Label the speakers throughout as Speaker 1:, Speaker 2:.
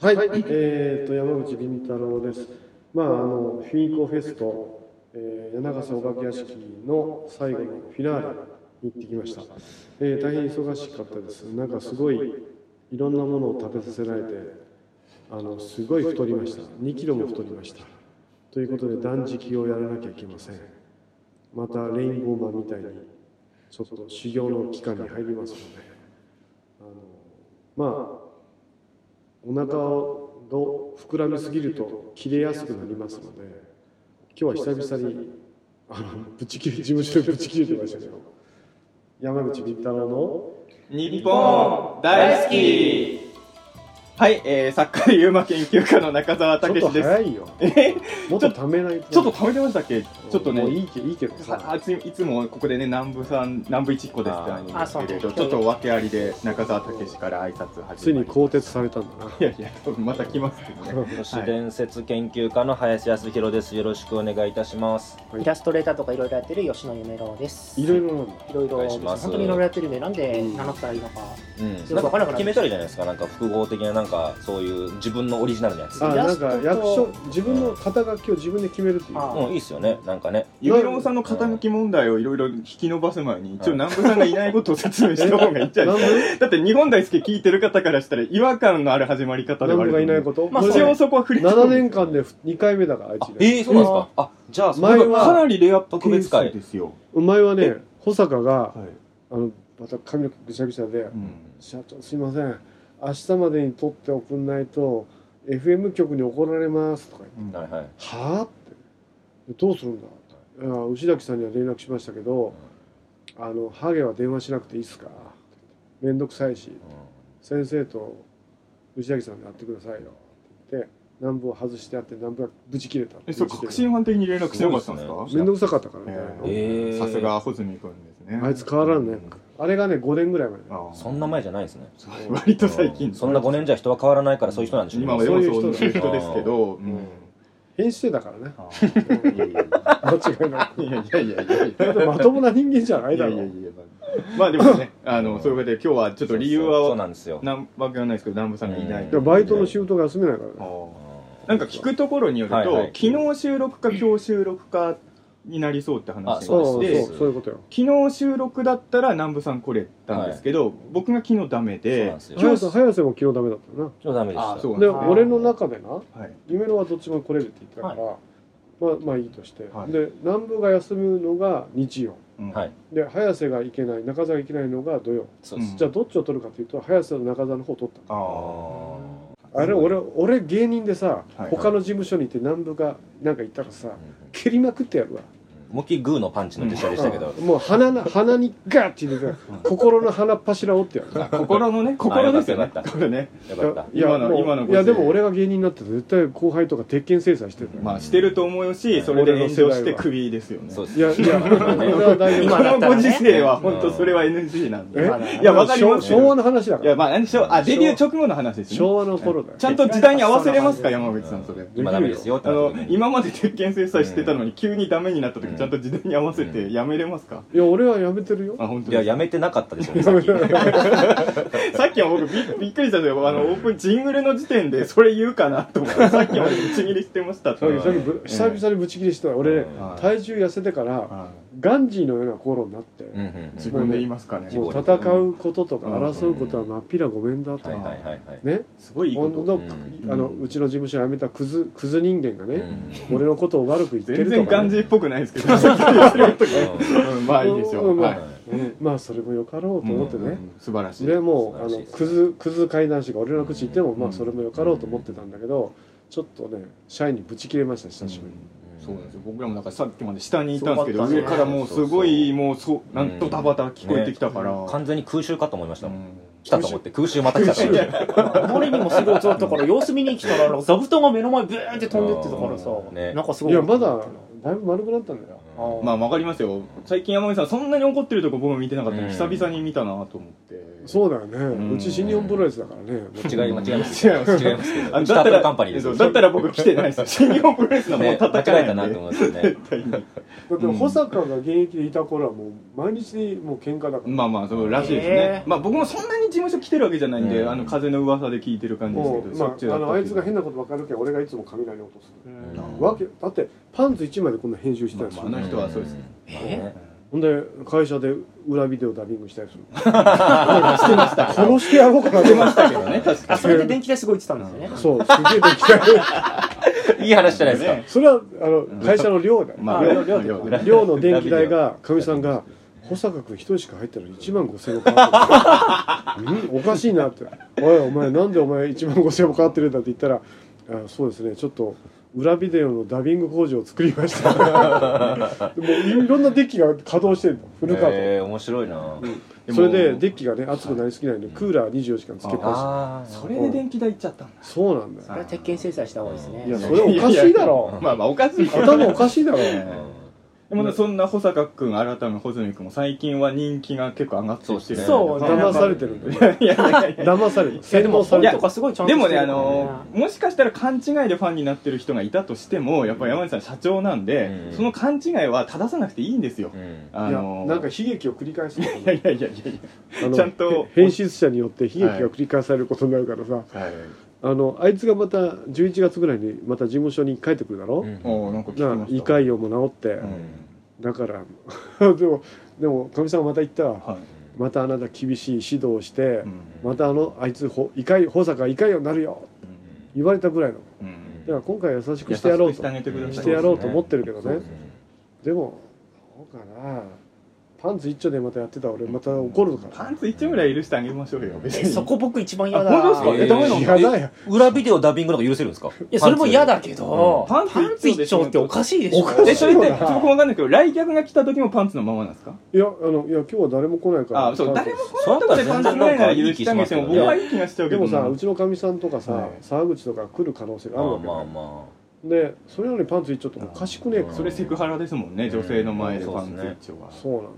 Speaker 1: はい、えー、と山口敏太郎です。まああのフィンコフェスト、えー、柳瀬お化け屋敷の最後のフィナーレに行ってきました。えー、大変忙しかったです。なんかすごいいろんなものを食べさせられて、あのすごい太りました。2キロも太りました。ということで断食をやらなきゃいけません。またレインボーマンみたいにちょっと修行の期間に入りますので、あのまあ。お腹を膨らみすぎると切れやすくなりますので今日は久々にあのぶち切れ事務所でぶち切れてましたけど山口敏太郎の
Speaker 2: 日本大好きはい、えー、作家ユーマ研究家の中澤
Speaker 1: ちょ
Speaker 2: 武
Speaker 1: っ
Speaker 2: で
Speaker 1: と
Speaker 2: す。
Speaker 1: 早いよ
Speaker 2: えー
Speaker 1: もっとためないと
Speaker 2: ちょっと食べてましたっけちょっと
Speaker 1: もう
Speaker 2: ね、
Speaker 1: いいけどいいけど
Speaker 2: あ
Speaker 1: さ
Speaker 2: いついつもここでね、南部さん、南部一っ子ですってあるんですけれど、
Speaker 3: あそう
Speaker 2: ちょっと訳ありで中澤武から挨
Speaker 1: つ
Speaker 2: 拶始
Speaker 1: い
Speaker 2: ま
Speaker 1: に
Speaker 2: り
Speaker 1: 更迭されたんだない
Speaker 2: やいや、多分また来ますけどね。
Speaker 3: 都市伝説研究家の林康弘です。よろしくお願いいたします。
Speaker 1: はい
Speaker 4: イラストレーターとかいろいろやってる吉野夢郎です。
Speaker 1: いろいろなんだ
Speaker 4: いろいろ
Speaker 3: お願い
Speaker 4: で
Speaker 3: し
Speaker 4: す
Speaker 3: ます
Speaker 4: 本当にいろいろやってるんで、なんで
Speaker 1: うん
Speaker 4: 名乗ったらいいのか。
Speaker 3: うん。
Speaker 4: そ
Speaker 3: な
Speaker 4: れ
Speaker 3: ん
Speaker 4: 分から
Speaker 3: か
Speaker 4: なくなっ
Speaker 3: 決めたりじゃないですか。なんか複合的ななんかそういう自分のオリジナルのやつ。
Speaker 1: あ
Speaker 4: イラ
Speaker 1: なん
Speaker 4: スト
Speaker 1: か
Speaker 4: と
Speaker 1: 役所自分の肩書きを自分で決めるっていう
Speaker 4: あ
Speaker 3: うんいいっすよね。なんかね。
Speaker 2: ゆびろんさんの傾き問題をいろいろ引き伸ばす前に、一応南部さんがいないことを説明した方がいいんじゃない
Speaker 1: 南部
Speaker 2: だって日本大好き聞いてる方からしたら違和感のある始まり方で
Speaker 1: 南
Speaker 2: はあ
Speaker 1: 部
Speaker 2: る
Speaker 1: が
Speaker 2: と
Speaker 1: いないこと
Speaker 2: 思う
Speaker 4: まあ
Speaker 1: こ
Speaker 2: 一
Speaker 1: れ
Speaker 2: 応そこは振り込
Speaker 1: 7
Speaker 2: む
Speaker 1: 年間で2回目だから愛
Speaker 3: あ
Speaker 1: 知、で
Speaker 3: えー、そうなんですか。あ、じゃあそ
Speaker 1: 前
Speaker 3: れ
Speaker 1: は
Speaker 3: か
Speaker 2: か
Speaker 3: な
Speaker 2: な
Speaker 3: り
Speaker 2: りレア
Speaker 3: 特別会
Speaker 2: ケースですよ、
Speaker 1: お前はね保坂が
Speaker 2: はい
Speaker 1: あのまた髪の毛ぐしゃぐしゃで
Speaker 2: うん
Speaker 1: 社長すいません明日までに取って送んないと FM 局に怒られますとか言
Speaker 2: うん
Speaker 3: はいは
Speaker 1: っ
Speaker 3: い。
Speaker 1: てはあってどうするんだいや牛崎さんには連絡しましたけどあのハゲは電話しなくていいっすか面倒くさいし先生と牛崎さんで会ってくださいよって言って南部を外してあって南部がブチ切れた
Speaker 2: えそれ
Speaker 1: ブチ切れ
Speaker 2: 確
Speaker 1: た
Speaker 2: 信犯的に連絡しなかったんですか
Speaker 3: そう
Speaker 1: 面倒くさかったからみたいな、
Speaker 3: えー
Speaker 2: さすが穂積君ですね
Speaker 1: あいつ変わらんねあれがね5年ぐらい前
Speaker 2: あー
Speaker 3: そんな前じゃないですね。
Speaker 2: 割と 最
Speaker 3: う
Speaker 2: 近
Speaker 3: んそんな5年じゃ人は変わらないからそういう人なんでしょ
Speaker 2: 今は
Speaker 1: そ
Speaker 2: 要
Speaker 1: ういう
Speaker 2: 素の人
Speaker 1: 人
Speaker 2: ですけどうん
Speaker 1: うん編集だからね
Speaker 2: あーいやいやいや
Speaker 1: 間違いなく
Speaker 2: いやいやいやいやいや
Speaker 1: だってまともな人間じゃないい
Speaker 2: や
Speaker 1: だ
Speaker 2: いや
Speaker 1: ろ
Speaker 2: いやまあでもねあのそういうことで今日はちょっと理由
Speaker 3: そうそうそう
Speaker 2: は
Speaker 3: なんですよ。
Speaker 2: なんわけはないですけど南部さんがいない
Speaker 3: うん
Speaker 1: いやバイトの仕事が休めないからね
Speaker 2: あー
Speaker 3: うん
Speaker 2: なんか聞くところによると、
Speaker 3: はいはい
Speaker 2: 昨日収録か今日収録かになりそうって話
Speaker 3: あ
Speaker 2: で
Speaker 3: そう
Speaker 1: そう
Speaker 3: です
Speaker 1: そうそういうことよ
Speaker 2: 昨日収録だったら南部さん来れたんですけど、僕が昨日ダメ
Speaker 3: そうな
Speaker 2: で
Speaker 3: んですよ。
Speaker 1: 早瀬早瀬も昨日ダメだったよ
Speaker 3: ちょっとダメでし
Speaker 2: あ
Speaker 3: た。
Speaker 2: そう
Speaker 1: な
Speaker 2: なんで
Speaker 1: です
Speaker 2: ね
Speaker 1: 俺の中でな
Speaker 2: はい
Speaker 1: 夢のはどっちも来れるって言ってたから、まあまあいいとして、
Speaker 2: はい
Speaker 1: で南部が休むのが日曜
Speaker 2: うん
Speaker 3: はい
Speaker 1: で早瀬が行けない中澤が行けないのが土曜
Speaker 3: そうです
Speaker 2: うん。
Speaker 1: じゃあどっちを取るかというと早瀬と中澤の方を取った
Speaker 2: あ
Speaker 3: あ
Speaker 2: ー
Speaker 1: のあれ俺俺芸人でさ、
Speaker 2: いはい
Speaker 1: 他の事務所にいて南部がなんか行ったらさ
Speaker 3: ーうん
Speaker 1: 蹴りまくってやるわ
Speaker 3: 思いっきりグーのパンチの手下でしたけど。
Speaker 1: うんもう鼻な鼻にガーって入れて心の鼻っ柱を折ってやる
Speaker 2: 心のね 心ですよ
Speaker 3: あ
Speaker 2: ね
Speaker 3: よかった
Speaker 2: これね
Speaker 3: よかった。
Speaker 1: いや
Speaker 2: 今の
Speaker 1: もう
Speaker 2: 今のご時世
Speaker 1: いやでも俺が芸人になって絶対後輩とか鉄拳制裁してる
Speaker 2: まあしてると思うしそれで炎上してクビですよね
Speaker 3: そう
Speaker 2: こ
Speaker 3: です
Speaker 1: い。やいや俺は大丈
Speaker 4: 今
Speaker 1: 夫
Speaker 4: だ
Speaker 2: の
Speaker 4: った
Speaker 2: ご
Speaker 4: らね
Speaker 2: 時世は本当それは NG なん
Speaker 1: え
Speaker 2: で
Speaker 4: い
Speaker 2: いやわかり
Speaker 1: 昭
Speaker 2: ます
Speaker 1: 昭和
Speaker 2: よ
Speaker 1: の話だか
Speaker 2: いや
Speaker 1: ら
Speaker 2: まあ何でしょうあデビュー直後の話ですね
Speaker 1: 昭和の頃だよ
Speaker 2: ちゃんと時代に合わせれますか山口さんそれ
Speaker 3: 今ダメですよって
Speaker 2: あ
Speaker 3: なった
Speaker 2: の
Speaker 3: 時に
Speaker 2: 今まで鉄拳制裁してたのに急にダメになった
Speaker 3: う
Speaker 2: 時
Speaker 3: ん
Speaker 2: ちゃんと時代に合わせてやめれますか
Speaker 1: いや俺はやめてるよ
Speaker 2: あ本当
Speaker 3: いや、
Speaker 2: です
Speaker 3: やめてなかったですよね、さっき。
Speaker 2: さっきは僕びびっくりしたんですよあのオープンジングルの時点でそれ言うかなと思ってさっきまで打ち切りしてましたって
Speaker 1: さっきさっき
Speaker 2: は
Speaker 1: ぶ久々にブチ切りしてた俺
Speaker 3: うん
Speaker 2: はい
Speaker 1: 体重痩せてから
Speaker 2: い
Speaker 1: ガンジーのような頃になって
Speaker 3: うんうん
Speaker 2: 自分で言いますかね
Speaker 1: もう戦うこととか争うことはまっぴらごめんだ
Speaker 3: うん。
Speaker 1: と
Speaker 3: はいはいはいはい。
Speaker 1: ね
Speaker 2: すごいいいこ
Speaker 1: ほん
Speaker 2: と
Speaker 1: の
Speaker 3: うん
Speaker 1: あのうちの事務所辞めたクズクズ人間が
Speaker 3: う
Speaker 1: ね
Speaker 3: ん
Speaker 1: 俺のことを悪く言って
Speaker 2: 全
Speaker 1: る
Speaker 2: 然
Speaker 1: とか
Speaker 2: 感
Speaker 1: ね
Speaker 2: じっぽくないですけどさっき言ってる時
Speaker 3: う
Speaker 2: うんまあいいでしょ
Speaker 1: うん
Speaker 2: うはい
Speaker 1: うんまあそれもよかろうと思って
Speaker 2: う
Speaker 1: ね
Speaker 2: ん素晴らしい
Speaker 1: でもうあ
Speaker 3: 素晴らしい
Speaker 1: の
Speaker 3: です
Speaker 1: クズクズ怪談師が俺の口言っても、
Speaker 2: うん
Speaker 1: まあそれもよかろうと思ってたんだけど、ちょっとね社員にぶち切れました久しぶりに、
Speaker 3: ん
Speaker 2: そうなんですよ僕らもなんかさっきまで下にいたんですけど、
Speaker 4: そうだ
Speaker 2: 上
Speaker 4: ったね
Speaker 2: からもうすごいもうそうなんとタバタ聞こえてきたから、
Speaker 3: ね完全に空襲かと思いましたもん。
Speaker 2: う
Speaker 3: 来たと思って空襲また来たと思いました。
Speaker 4: あまりにもすごい音だったから、様子見に来たら、座布団が目の前ブーンって飛んでってたからさ
Speaker 3: うんね、
Speaker 4: なんかすご
Speaker 1: い
Speaker 4: い。
Speaker 1: やまだだいぶ丸くなったんだよ、
Speaker 4: あー
Speaker 2: んまあわかりますよ最近山口さんそんなに怒ってるとこ僕も見てなかったのに
Speaker 3: う
Speaker 2: 久
Speaker 3: ん
Speaker 2: 々に見たなと思って
Speaker 1: そうだよね、うんち新日本プロレスだからね、
Speaker 3: 違い違います。違います。違いますけど。
Speaker 2: あ
Speaker 3: うちタートルカンパニーです
Speaker 2: そ
Speaker 3: よ。
Speaker 2: うだったら僕来てないですよ新日本プロレスのもう
Speaker 3: ね間
Speaker 2: 戦
Speaker 3: 違え
Speaker 2: い
Speaker 3: た
Speaker 2: な
Speaker 3: なんと
Speaker 2: で
Speaker 3: 思いますよね。
Speaker 2: 絶対に
Speaker 1: だって保坂が現役でいた頃はもう毎日もう喧嘩だから、
Speaker 2: まあまあそうらしいです
Speaker 4: へ
Speaker 2: ね
Speaker 4: え
Speaker 2: まあ僕もそんなに事務所来てるわけじゃないんで、
Speaker 3: うん
Speaker 2: あの風の噂で聞いてる感じです
Speaker 1: も
Speaker 2: け
Speaker 1: う
Speaker 2: ど
Speaker 1: ま
Speaker 2: しょっちゅう
Speaker 1: ああ
Speaker 2: った
Speaker 1: のあいつが
Speaker 2: ってい
Speaker 1: 変なこと分かるけど俺がいつも雷落とす
Speaker 4: うん
Speaker 3: うん
Speaker 1: わけだってパンツ1枚でこんな編集してたり
Speaker 2: う
Speaker 1: す
Speaker 2: ま
Speaker 1: る
Speaker 2: あ、あの人はそうですね、
Speaker 4: え
Speaker 1: ほんで会社で裏ビデオダビングしたり する
Speaker 2: してました
Speaker 1: 殺してやろうかな
Speaker 2: してましたけどね確か
Speaker 4: あそれで電気代すごい言ってたんですよね
Speaker 1: そうすげえできたよ
Speaker 3: いい話じゃないですか。
Speaker 2: ね
Speaker 1: それはあの会社の寮だ、
Speaker 2: まあ
Speaker 1: 寮寮
Speaker 2: 寮
Speaker 1: 寮寮の電気代がかみさんが保坂君一人しか入ったのに1万5000円も変わってるうんおかしいなって「おいお前なんでお前1万5000円も変わってるんだ」って言ったらあ「そうですねちょっと裏ビデオのダビング工場を作りました」 もういろんなデッキが稼働してるのフルカー
Speaker 3: えー、面白いな。
Speaker 1: ドそれでデッキがね熱くなりすぎないんでクーラー24時間つけっぱなし
Speaker 3: あ
Speaker 2: それで電気代いっちゃったんだ
Speaker 1: そうなんだよ
Speaker 4: それは鉄拳制裁した方がいいですね
Speaker 1: いやそれおかしいだろ
Speaker 2: まあまあおかしいけど
Speaker 1: 頭おかしいだろ
Speaker 2: でもねそんな保坂君改め穂積君も最近は人気が結構上がってきてる
Speaker 4: そうですね
Speaker 1: 騙されてるんだよ
Speaker 2: いやいやいや
Speaker 1: 騙される
Speaker 4: いやでも本
Speaker 2: いや
Speaker 4: とかすごいちゃんと
Speaker 2: で
Speaker 4: して
Speaker 2: も
Speaker 4: る
Speaker 2: ね、あのもしかしたら勘違いでファンになってる人がいたとしても、やっぱ山内さん社長なんで、
Speaker 3: うん
Speaker 2: その勘違いは正さなくていいんですよ。
Speaker 3: うん。
Speaker 2: あ
Speaker 1: いや
Speaker 2: の
Speaker 1: なんか悲劇を繰り返すの
Speaker 2: いやいやいやいやい
Speaker 1: あの
Speaker 2: ちゃんと
Speaker 1: へ編集者によって悲劇が繰り返されることになるからさ、
Speaker 2: や。はい。
Speaker 1: あのあいつがまた11月ぐらいにまた事務所に帰ってくるだろ、
Speaker 2: おーなんか聞き
Speaker 1: だか
Speaker 2: ま
Speaker 1: ら
Speaker 2: した。
Speaker 1: 胃潰瘍も治って、
Speaker 2: うん
Speaker 1: だから でもでもかみさんがまた言ったら
Speaker 2: はい。
Speaker 1: またあなた厳しい指導をして、
Speaker 2: うん
Speaker 1: またあのあいつほ胃潰瘍保坂胃潰瘍になるよ言われたぐらいの
Speaker 2: うん
Speaker 1: だから今回は優しく
Speaker 2: 優
Speaker 1: し
Speaker 2: して
Speaker 1: やろ
Speaker 2: く
Speaker 1: う
Speaker 2: し
Speaker 1: と
Speaker 2: てあげてください。
Speaker 1: してやろうと思ってるけどね
Speaker 2: そう
Speaker 1: でもそうかなパンツ一丁でまたやってたら俺また怒るのか
Speaker 2: パンツ一丁ぐらい許してあげましょうよ。別
Speaker 4: え
Speaker 2: に。
Speaker 4: そこ僕一番
Speaker 2: あ
Speaker 4: 嫌だ
Speaker 2: 本当ですか。
Speaker 3: え
Speaker 2: えダメなの。
Speaker 1: 嫌だよ
Speaker 3: 裏ビデオダビングなんか許せるんですか
Speaker 4: いやそれも嫌
Speaker 3: だ。
Speaker 4: だけど
Speaker 2: パ
Speaker 4: パ
Speaker 2: ン
Speaker 4: ン
Speaker 2: ツ一丁
Speaker 4: ツ一丁っておかしいでし
Speaker 1: お
Speaker 4: ょ
Speaker 1: かしい
Speaker 2: えそれってちょっと僕わかんないけど来客が来た時もパンツのままなんですか。
Speaker 1: いやあのいや今日は誰も来ないから
Speaker 2: あそう
Speaker 1: パンツ
Speaker 2: 誰もこのとこでパンツぐらいなら許してあげても僕はいい気がしちゃうけ
Speaker 1: で
Speaker 2: ど
Speaker 1: も
Speaker 2: な。
Speaker 1: さうちのかみさんとかさ、
Speaker 2: はい
Speaker 1: 沢口とか来る可能性があ
Speaker 3: ま
Speaker 1: る
Speaker 3: あ
Speaker 1: わけよ
Speaker 3: まあま
Speaker 1: でそれなのにパンツ一丁っておかしくねえか
Speaker 3: うん
Speaker 2: それセクハラですもんね、
Speaker 3: うん
Speaker 2: 女性の前でパンツ一丁は、
Speaker 1: そうなんだよ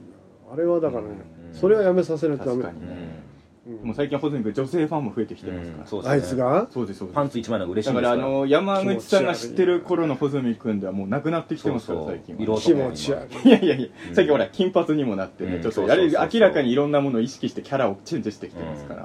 Speaker 1: あれはだからね、
Speaker 3: うん
Speaker 1: それはやめさせないとダ
Speaker 2: 確
Speaker 1: メ
Speaker 2: かに
Speaker 3: あ。う
Speaker 2: ね、
Speaker 3: ん
Speaker 1: うん
Speaker 2: もう最近は穂積君女性ファンも増えてきてますから、
Speaker 3: うんそうですね
Speaker 1: あいつが
Speaker 2: そうですそうで
Speaker 3: パン
Speaker 2: す
Speaker 3: ツ一枚なんか嬉しい
Speaker 2: だ
Speaker 3: ん
Speaker 2: から
Speaker 3: ですか
Speaker 2: あ
Speaker 3: ら。
Speaker 2: の山口さんが知ってる頃の穂積君ではもうなくなってきて
Speaker 3: そう
Speaker 2: ますから
Speaker 3: そう
Speaker 2: 最近
Speaker 3: 色
Speaker 2: は
Speaker 3: とか
Speaker 1: 気持ち悪い
Speaker 2: いやいやいや、
Speaker 3: うん
Speaker 2: 最近ほら金髪にもなってね、
Speaker 3: うん
Speaker 2: ちょっ
Speaker 3: そう
Speaker 2: と
Speaker 3: そ
Speaker 2: や
Speaker 3: うそう
Speaker 2: る
Speaker 3: そう
Speaker 2: 明らかにいろんなものを意識してキャラをチェンジしてきてますから、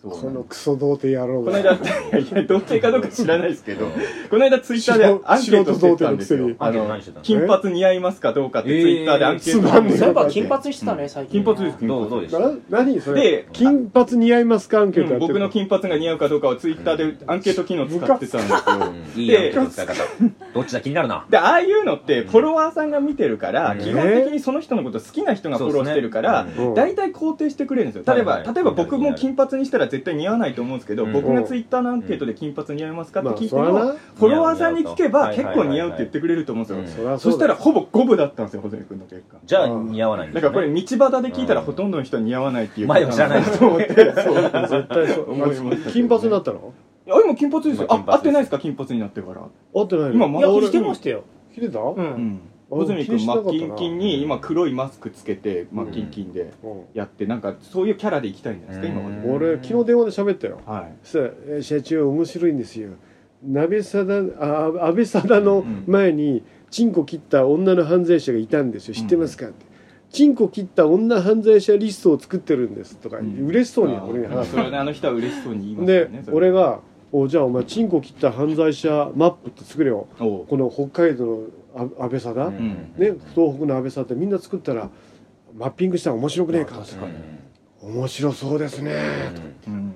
Speaker 2: そう
Speaker 1: このクソ童貞野郎
Speaker 2: この
Speaker 1: が
Speaker 2: 間、いやいや、童貞かどうか知らないですけど、この間ツイッターで
Speaker 1: 素人
Speaker 2: アンケートしてたんですよ
Speaker 1: 素人童貞のくせに。
Speaker 2: あ
Speaker 3: アンケート
Speaker 2: の
Speaker 3: 何してた、の
Speaker 2: 金髪似合いますかどうかってツイッターでアンケート
Speaker 1: えー
Speaker 4: そういえば金髪にしてた
Speaker 2: う
Speaker 4: ね
Speaker 2: ん
Speaker 4: 最近
Speaker 2: 金
Speaker 4: ね
Speaker 2: 髪です、金
Speaker 3: ど
Speaker 2: 髪。
Speaker 3: うどうでした
Speaker 1: な何それ
Speaker 2: で
Speaker 1: 金髪似合いますかアンケートや
Speaker 2: うん
Speaker 1: って
Speaker 2: 僕
Speaker 1: るの、
Speaker 2: の金髪が似合うかどうかをツイッターでアンケート機能使ってたんですよ。
Speaker 3: うんいいやん、使い方。どっちだ気にな るな。
Speaker 2: で、ああいうのって、フォロワーさんが見てるから、
Speaker 3: うん
Speaker 2: 基本的にその人のこと好きな人がフォローしてるから
Speaker 3: そうで、
Speaker 1: うん
Speaker 2: 大体肯定してくれるんですよ。例えば、
Speaker 3: はいはい
Speaker 2: 例えば僕も金髪にしたら絶対似合わないと思うんですけど、
Speaker 3: うん
Speaker 2: 僕がツイッターのアンケートで金髪似合いますかって
Speaker 1: まあ
Speaker 2: 聞いて
Speaker 1: そら
Speaker 2: も、
Speaker 1: な
Speaker 2: フォロワーさんに聞けば
Speaker 3: 似合う
Speaker 2: 結
Speaker 3: 似合う
Speaker 2: 構似合うって言ってくれると思うんですよ。
Speaker 1: そりゃ
Speaker 2: そ
Speaker 1: そう
Speaker 2: した
Speaker 1: だ
Speaker 2: ら
Speaker 1: よ
Speaker 2: ほぼ五分だったんですよ、細谷君の結果。
Speaker 3: じゃあ似合わないん
Speaker 2: だ
Speaker 3: で
Speaker 2: か
Speaker 3: す
Speaker 2: らこれ
Speaker 3: ね。
Speaker 2: 道端で聞いたら
Speaker 3: うん
Speaker 2: ほとんどの人は似合わないっていう
Speaker 3: 前を知らない人
Speaker 2: と思って。そう
Speaker 1: 絶対そ
Speaker 2: 思いましたけど
Speaker 1: う
Speaker 2: ね
Speaker 1: 金髪になったの
Speaker 2: あ、今金髪ですよ。
Speaker 3: 今
Speaker 2: あ、合
Speaker 3: 金髪です
Speaker 2: ってないですか金髪になってから。
Speaker 1: 合ってないの
Speaker 2: 今ま
Speaker 4: いや
Speaker 2: だ俺
Speaker 4: してましたよ
Speaker 1: 切れた、
Speaker 4: う
Speaker 1: うん
Speaker 4: ん
Speaker 2: 穂積君真っキンキンに
Speaker 3: うん
Speaker 2: 今黒いマスクつけて真っキンキンでやってなんかそういうキャラでいきたいんじゃないですか今ま
Speaker 3: う
Speaker 2: で
Speaker 3: ん
Speaker 1: 俺昨日電話で喋ったよ
Speaker 2: はい
Speaker 1: そしたらえー社長面白いんですよ鍋さだあ安倍さだの前にチンコ切った女の犯罪者がいたんですよ
Speaker 2: うん
Speaker 1: 知ってますかって、チンコ切った女犯罪者リストを作ってるんですとか、
Speaker 2: うん
Speaker 1: 嬉しそうに
Speaker 2: あー
Speaker 1: 俺に話す
Speaker 2: それねあの人は嬉しそうに言いましたよ
Speaker 1: で
Speaker 2: ねそれ
Speaker 1: 俺が「おじゃあお前チンコ切った犯罪者マップって作れよ
Speaker 2: おう
Speaker 1: この北海道のあ安倍さだ、
Speaker 3: うん
Speaker 1: ね
Speaker 2: うん
Speaker 1: 東北の安倍さだってみんな作ったらマッピングしたら面白くねえか
Speaker 2: まあ確かに
Speaker 1: 面白そうですね、
Speaker 2: うん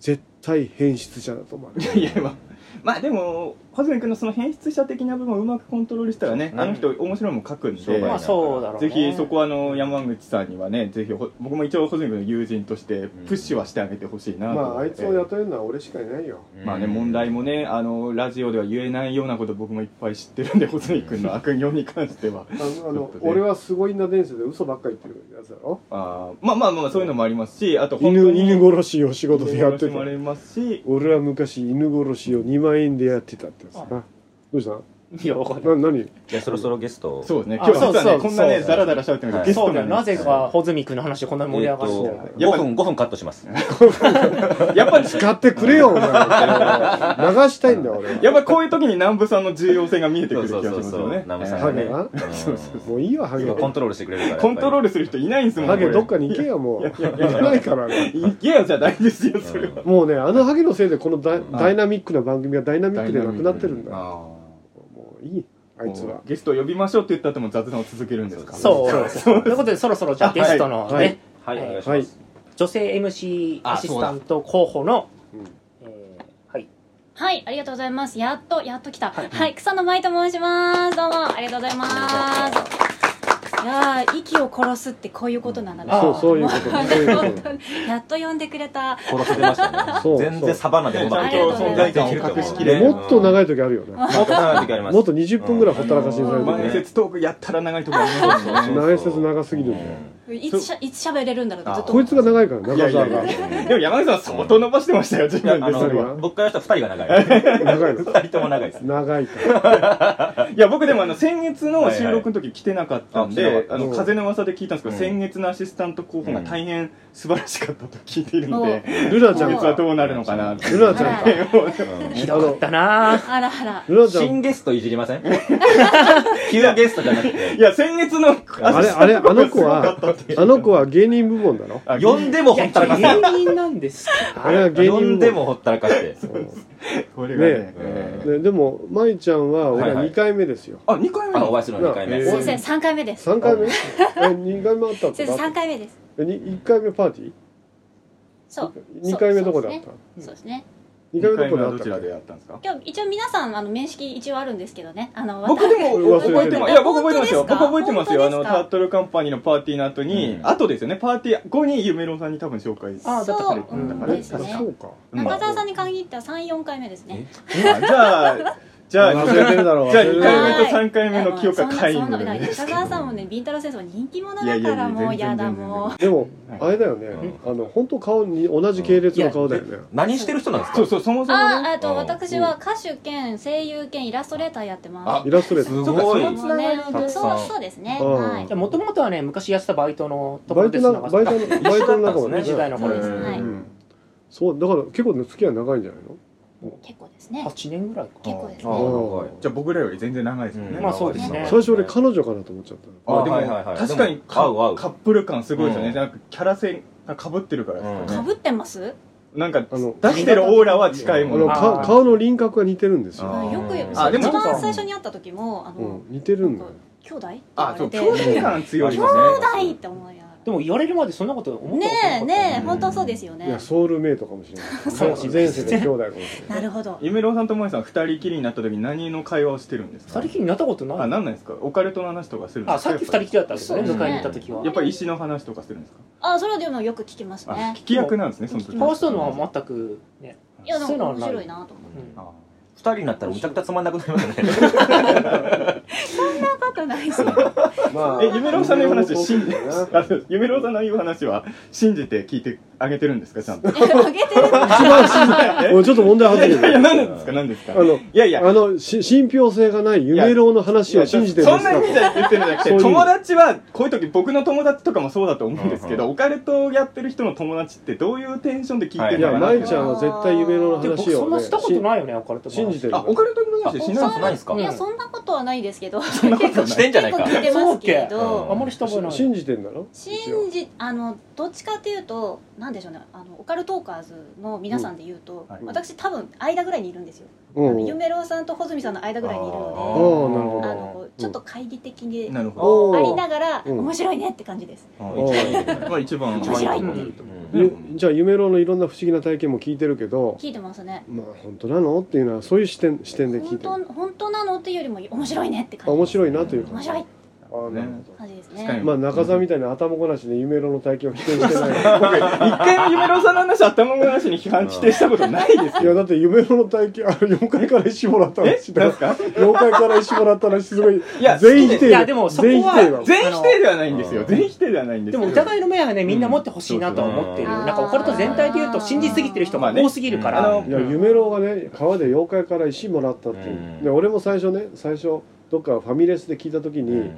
Speaker 1: 絶対変質者だと思う
Speaker 2: いやいやまあまあでも穂積君のその変質者的な部分をうまくコントロールしたらね
Speaker 3: うん
Speaker 2: あの人面白いもん書くんで
Speaker 3: そうだよ
Speaker 4: まあそうだろうね
Speaker 2: ぜひそこはあの山口さんにはねぜひほ僕も一応穂積君の友人としてプッシュはしてあげてほしいなと
Speaker 1: まああ
Speaker 2: 思っ
Speaker 1: い
Speaker 2: て
Speaker 1: つを雇えるのは俺しかいないよ
Speaker 2: まあね、問題もね、あの、ラジオでは言えないようなこと僕もいっぱい知ってるんで、細井君の悪行に関しては。
Speaker 1: あのあの
Speaker 2: ちょっとね
Speaker 1: 俺はすごいんだ伝説で嘘ばっかり言ってるやつだろ
Speaker 2: あーまあまあまあ、そういうのもありますし、あと
Speaker 1: 犬
Speaker 2: に
Speaker 1: 犬殺しを仕事でやって
Speaker 2: 犬殺しもあ
Speaker 1: た
Speaker 2: りますし、
Speaker 1: 俺は昔犬殺しを2万円でやってたってやつなどうした
Speaker 4: いや、わかんない。
Speaker 1: な何
Speaker 3: じゃあそろそろゲストを
Speaker 2: そうですね。
Speaker 4: あ
Speaker 2: 今日は実は
Speaker 4: そう
Speaker 2: ね、
Speaker 4: そう
Speaker 2: こんなね、
Speaker 4: そう
Speaker 2: だらだら喋ってるけど、
Speaker 3: はい
Speaker 2: ゲス
Speaker 4: そ
Speaker 2: ト
Speaker 4: うだ
Speaker 2: が
Speaker 4: よ、
Speaker 2: ね
Speaker 4: なぜか、穂積君の話でこんなに盛り上がって
Speaker 3: えーと
Speaker 4: る。
Speaker 3: 5分5分カットします
Speaker 2: やっぱり、
Speaker 1: 使ってくれよお前流したいんだよ俺は
Speaker 2: やっぱこういう時に南部さんの重要性が見えてくる気がしますよね。
Speaker 3: 南部さん
Speaker 2: え
Speaker 3: が
Speaker 1: ハ
Speaker 3: ね
Speaker 1: ゲな
Speaker 3: うん
Speaker 1: もういいわハゲ
Speaker 3: 今コントロールしてくれるからやっ
Speaker 2: えコ
Speaker 3: ぱり
Speaker 2: ントロールする人いないんですもん
Speaker 1: ハゲ
Speaker 2: これ
Speaker 1: どっかに行けよもう行か ないからね
Speaker 2: いけよじゃないですよ、それは。
Speaker 1: もうねあのハゲのせいでこのダイダイナミックな番組がダイナミックでなくなってるんだよ
Speaker 2: あ
Speaker 1: もういいあ
Speaker 2: ー
Speaker 1: いつは
Speaker 2: ゲストを呼びましょうって言った後も雑談を続けるんですから。
Speaker 4: そう。ということで、そろそろじゃあゲストの
Speaker 1: はい
Speaker 4: ね、
Speaker 3: はいお願いし
Speaker 1: は
Speaker 3: ま
Speaker 1: い
Speaker 3: す
Speaker 4: 女性 MC アシスタント候補の
Speaker 1: うん、
Speaker 4: えーはい。
Speaker 5: はい、ありがとうございます。やっと、やっと来た。はい、草野舞と申します。どうも、ありがとうございます。いやー息を殺すってこういうことなんだな。
Speaker 1: そうそういうことそういうこ と
Speaker 5: 本当にやっと呼んでくれた。
Speaker 3: 殺せてましたね
Speaker 1: そう
Speaker 3: 全然サバナでうまくいける
Speaker 5: ちゃんと存在感を隠しきれ
Speaker 1: でもっと長
Speaker 3: い
Speaker 1: い時あるよね
Speaker 3: もっと長い時あります
Speaker 1: もっと20分ぐらいほったらかしにされて
Speaker 3: うん
Speaker 1: る
Speaker 2: 前説トークやったら長いとこありますよね。
Speaker 1: 内説長すぎるんだよ
Speaker 5: いつしゃ、いつ喋れるんだろうってずっ
Speaker 1: こ
Speaker 5: と思
Speaker 1: い
Speaker 5: って。
Speaker 1: つが長いから
Speaker 2: いや
Speaker 1: 中
Speaker 2: い
Speaker 1: 澤
Speaker 2: やい
Speaker 1: が
Speaker 2: や。でも山口さん相当伸ばしてましたよ、自
Speaker 3: いやあ
Speaker 2: 分でそれは。
Speaker 3: の僕からしたら2人が長い
Speaker 1: 長いの
Speaker 3: 2人とも長いです
Speaker 1: 長いから
Speaker 2: いや、僕でもあの、先月の収録の時来てなかったんで、
Speaker 3: はいはい
Speaker 2: あ
Speaker 1: う
Speaker 2: の、
Speaker 1: ん
Speaker 2: 風の噂で聞いたんですけど、
Speaker 3: うん
Speaker 2: 先月のアシスタント候補が大変素晴らしかったと聞いているので、
Speaker 1: ルナちゃ
Speaker 2: 今
Speaker 1: ん
Speaker 2: 月は
Speaker 1: か
Speaker 2: どうなるのかなって。
Speaker 1: ルナちゃんか
Speaker 3: うん
Speaker 4: ひどかったなぁ
Speaker 5: あらあら。
Speaker 1: ルナちゃん
Speaker 3: 新ゲストいじりません旧ゲストじゃなくて
Speaker 2: いや、先月のアシスタント
Speaker 1: あれあれあの子は
Speaker 2: て
Speaker 1: あの子は芸人部門だろ
Speaker 3: 呼んでもほったらか
Speaker 4: い
Speaker 3: せ
Speaker 4: や芸人なんです
Speaker 1: あれは芸人
Speaker 3: 呼
Speaker 1: 部門
Speaker 3: んでもほったらかして
Speaker 2: これがね
Speaker 1: ね
Speaker 2: え
Speaker 1: ねでも舞ちゃんは
Speaker 3: は
Speaker 1: 俺
Speaker 3: いはい
Speaker 1: 2回目ですよ
Speaker 2: ーあ、2回目
Speaker 3: あのお
Speaker 2: の
Speaker 3: 会いするの2回目
Speaker 1: えー
Speaker 5: 先生、三回目です。
Speaker 1: 3回目え2回目あった
Speaker 5: 先生、
Speaker 1: の
Speaker 5: 三回目です。
Speaker 1: 1回目パーティ
Speaker 5: そう。
Speaker 1: ー2回目どこであった
Speaker 5: そうですね。
Speaker 1: 2
Speaker 2: 2
Speaker 1: 回目
Speaker 2: 回
Speaker 1: どこ
Speaker 2: 目
Speaker 1: であっ
Speaker 2: はど
Speaker 1: た
Speaker 2: ちらでや
Speaker 1: っ
Speaker 2: ったんですか
Speaker 5: 今日、一応皆さん、あの、面識一応あるんですけどね。あの、
Speaker 2: 僕でも
Speaker 1: 忘れてる
Speaker 2: 覚えてます。いや、僕覚えてますよ。
Speaker 5: 本当ですか
Speaker 2: 僕覚えてますよ。あ
Speaker 5: 本当
Speaker 2: の、
Speaker 5: です
Speaker 2: タ
Speaker 5: か
Speaker 2: ートルカンパニーのパーティーの後に、
Speaker 3: うん
Speaker 2: 後ですよね、パーティー後にゆめろうさんに多分紹介
Speaker 4: あーだったから
Speaker 5: そう
Speaker 2: うんだか
Speaker 1: たあ
Speaker 2: ら
Speaker 5: う
Speaker 1: れ
Speaker 2: ね
Speaker 5: んですね
Speaker 1: そうか
Speaker 5: 中澤さんに限っては3、4回目ですね。
Speaker 2: あじゃ あ、じゃあ、
Speaker 1: 忘れてるだろう
Speaker 2: じゃあ
Speaker 1: 忘れて
Speaker 2: 2
Speaker 1: る
Speaker 5: だ
Speaker 2: 回
Speaker 5: ろう
Speaker 2: 目と3回目の記憶が皆
Speaker 5: そん
Speaker 2: 無
Speaker 5: なそんな
Speaker 2: で
Speaker 5: 北
Speaker 2: す。
Speaker 5: 川さんもねビンタロウ先生は人気者
Speaker 2: いや
Speaker 5: だ
Speaker 2: いや
Speaker 5: か
Speaker 2: いや
Speaker 5: らもう
Speaker 2: 全然
Speaker 5: やだ
Speaker 2: 全然
Speaker 5: もう
Speaker 1: でもあれだよね
Speaker 3: う
Speaker 1: あの本当顔に同じ系列の顔だよね
Speaker 3: 何してる人なんですか
Speaker 2: そうそう、そもそも
Speaker 5: あ
Speaker 2: ね。
Speaker 5: あと
Speaker 3: うん
Speaker 5: 私は歌手兼声優兼イラストレーターやってま
Speaker 3: あ
Speaker 5: す
Speaker 1: イラストレーター
Speaker 3: すごい
Speaker 2: そうか
Speaker 5: もうね
Speaker 2: つながり
Speaker 3: がたく
Speaker 5: そ
Speaker 3: さん
Speaker 5: うそうですね
Speaker 1: うん
Speaker 5: はい
Speaker 4: もともとはね昔やってたバイトのとこ
Speaker 1: バ
Speaker 4: ろ
Speaker 1: イ
Speaker 4: で
Speaker 1: ト
Speaker 4: す
Speaker 1: なバイトのバイトの中
Speaker 3: バ
Speaker 1: も
Speaker 3: イ
Speaker 4: 時代
Speaker 1: ね
Speaker 4: の
Speaker 5: そう
Speaker 4: 頃
Speaker 5: ですねは
Speaker 2: う
Speaker 5: い
Speaker 2: ん
Speaker 1: そうだから結構ね付き合い長いんじゃないの
Speaker 5: 結構ですね
Speaker 4: 8年ぐらい
Speaker 5: 結構です
Speaker 3: あ
Speaker 5: ね
Speaker 3: ー
Speaker 2: じゃあ僕らより全然長いですよね。
Speaker 3: うん
Speaker 4: まあそうですね
Speaker 1: 最初俺彼女かなと思っちゃったの
Speaker 2: あで
Speaker 3: はいはいは
Speaker 2: も
Speaker 3: い
Speaker 2: 確かに
Speaker 3: でも合う合
Speaker 2: カ
Speaker 3: う
Speaker 2: カップル感すごいですよ
Speaker 3: う
Speaker 2: ね。
Speaker 3: ん
Speaker 2: じゃなくキャラ性が被ってるからです
Speaker 5: か
Speaker 2: よね。
Speaker 5: ぶってます
Speaker 2: なんか
Speaker 1: あの
Speaker 2: 出してるオーラは近い
Speaker 1: あ
Speaker 2: も
Speaker 1: の
Speaker 2: の。
Speaker 1: か
Speaker 4: あー
Speaker 1: 顔の輪郭が似てるんです
Speaker 2: あ
Speaker 1: よ、
Speaker 5: あよく
Speaker 3: うん
Speaker 5: そう
Speaker 2: あでも
Speaker 5: 一番最初に会った時もあ
Speaker 1: う
Speaker 5: の
Speaker 1: ん、似てるんだよ
Speaker 5: 兄弟って言
Speaker 2: あ
Speaker 5: わ、
Speaker 2: そ
Speaker 5: れ
Speaker 2: う、
Speaker 5: て
Speaker 2: 兄
Speaker 5: 兄
Speaker 2: 弟感強いですね。
Speaker 5: 弟って思いなが
Speaker 4: でも言われるまでそんなこと思
Speaker 5: ら
Speaker 4: った
Speaker 5: ね
Speaker 4: ことなかっ
Speaker 5: え
Speaker 4: た
Speaker 5: ねえ本当そうですよ
Speaker 1: いや
Speaker 5: ね
Speaker 1: ソウルメイトかもしれ
Speaker 4: そう
Speaker 1: な
Speaker 4: かもし
Speaker 1: い
Speaker 4: れな
Speaker 1: 前
Speaker 4: い
Speaker 1: 世の兄弟かもしれない
Speaker 5: なるほど
Speaker 2: ゆめろうさんともえさん二人きりになった時に何の会話をしてるんです
Speaker 4: 二
Speaker 2: か
Speaker 4: 人きりになったこと
Speaker 2: あ、
Speaker 4: ない
Speaker 2: なんないですかオカルトの話とかするんですか
Speaker 4: あさっき二人きりだったんですね
Speaker 5: そうです
Speaker 4: 迎
Speaker 5: ね
Speaker 4: えに行った時は
Speaker 2: やっぱり石の話とかするんですか
Speaker 5: あそれはでもよく聞きます
Speaker 2: あ、
Speaker 5: ね
Speaker 2: 聞き役なんですね、その時。
Speaker 4: 交わしたのは全くね
Speaker 5: いやで
Speaker 4: そういうの
Speaker 5: も
Speaker 4: は
Speaker 5: 面
Speaker 4: ない
Speaker 5: 白いなと思って
Speaker 4: うん
Speaker 2: あ
Speaker 3: 2人になったらむちゃくちゃつまんなくなりますね
Speaker 5: そんなことないですよ
Speaker 1: ま
Speaker 2: え、ゆめろうさんの言う話信じ、
Speaker 1: な
Speaker 2: あそうゆめろうさんの言う話は信じて聞いてあげてるんですかちゃんと。い
Speaker 5: あげてる
Speaker 1: おいちょっと問題
Speaker 2: や
Speaker 1: 外れ
Speaker 2: い
Speaker 1: て
Speaker 2: や、
Speaker 1: る
Speaker 2: 何ですか何ですか
Speaker 1: あの
Speaker 2: いやいや、
Speaker 1: あのし 信憑性がない夢郎の話を信じてるん
Speaker 2: そ
Speaker 1: です
Speaker 2: んな
Speaker 1: か
Speaker 2: 意味で言ってるんじゃなく
Speaker 1: そういう
Speaker 2: て、
Speaker 1: 意味
Speaker 2: 友達は、こういう時僕の友達とかもそうだと思うんですけ
Speaker 3: う
Speaker 2: ど、オカルトをやってる人の友達ってどういうテンションで聞いて
Speaker 1: い
Speaker 2: る
Speaker 1: や
Speaker 2: のか
Speaker 1: 舞
Speaker 2: な
Speaker 1: ちゃんは絶対夢郎の
Speaker 4: で僕
Speaker 1: 話
Speaker 4: そん
Speaker 1: を、
Speaker 4: な
Speaker 1: ね、
Speaker 4: したことないよねオカルト
Speaker 1: 信じてる
Speaker 2: あ、オカルトの話はしないんです
Speaker 3: あ
Speaker 2: か
Speaker 3: ないんですか
Speaker 5: いやそんなことはないですけど
Speaker 2: そんなこと
Speaker 3: し
Speaker 2: な
Speaker 3: て
Speaker 2: い。
Speaker 3: んじゃないか
Speaker 5: 結構聞いてますけ
Speaker 3: そう
Speaker 4: あ
Speaker 3: か
Speaker 5: ど
Speaker 4: んまりした覚えない
Speaker 1: 信じてんだろ
Speaker 5: 信じあのどっちかっていうとなんでしょうねあのオカルトーカーズの皆さんで言うと、
Speaker 2: うんはい
Speaker 5: 私多分間ぐらいにいるんですよ、
Speaker 1: うん
Speaker 5: ゆめろうさんと穂積さんの間ぐらいにいる
Speaker 1: ー
Speaker 5: の
Speaker 1: なるほ
Speaker 5: で
Speaker 1: ど
Speaker 5: あのこうちょっと乖離的に
Speaker 2: なるほ
Speaker 1: お
Speaker 5: あ
Speaker 1: ー
Speaker 5: りながら、
Speaker 1: うん
Speaker 5: 面白いねって感じです
Speaker 2: ど。
Speaker 1: お
Speaker 2: あまあ一番。
Speaker 5: 面白いって
Speaker 3: うん
Speaker 1: ゆじゃあ夢郎のいろんな不思議な体験も聞いてるけど
Speaker 5: 聞いてますね
Speaker 1: まあ本当なのっていうのはそういう視点視点で聞い
Speaker 5: 本
Speaker 1: てる
Speaker 5: 当本当なのっていうよりも面白いねって
Speaker 1: あ
Speaker 5: 感じ
Speaker 1: 面白いなという
Speaker 5: 面白い
Speaker 1: あなる
Speaker 2: ね
Speaker 5: 感じです
Speaker 2: 確かに
Speaker 5: ね。
Speaker 1: まあ中澤みたいな頭ごなしで夢色の体験を否定してない
Speaker 2: 僕一回も夢郎さんの話頭ごなしに批判否定したことないです
Speaker 1: いやだって夢色の体験あれ妖怪から石もら った
Speaker 2: え
Speaker 1: 話
Speaker 2: なん
Speaker 1: だ
Speaker 2: すか
Speaker 1: 妖怪から石もらった話すごい
Speaker 2: いや
Speaker 1: 全員否定
Speaker 4: いやでもそこは
Speaker 1: 全員否定だ
Speaker 2: 全否定ではないんですよ
Speaker 3: あー
Speaker 2: 全否定ではないんです
Speaker 4: で
Speaker 2: けど
Speaker 4: も疑いの目はねみんな持ってほしいなとは思ってる、
Speaker 5: うん
Speaker 4: なんかオカルト全体で言うと信じすぎてる人が多すぎるから、
Speaker 2: まあね
Speaker 1: いや夢郎がね川で妖怪から石もらったっていう、
Speaker 3: うん
Speaker 1: で俺も最初ね最初どっかファミレスで聞いた時に、
Speaker 3: うん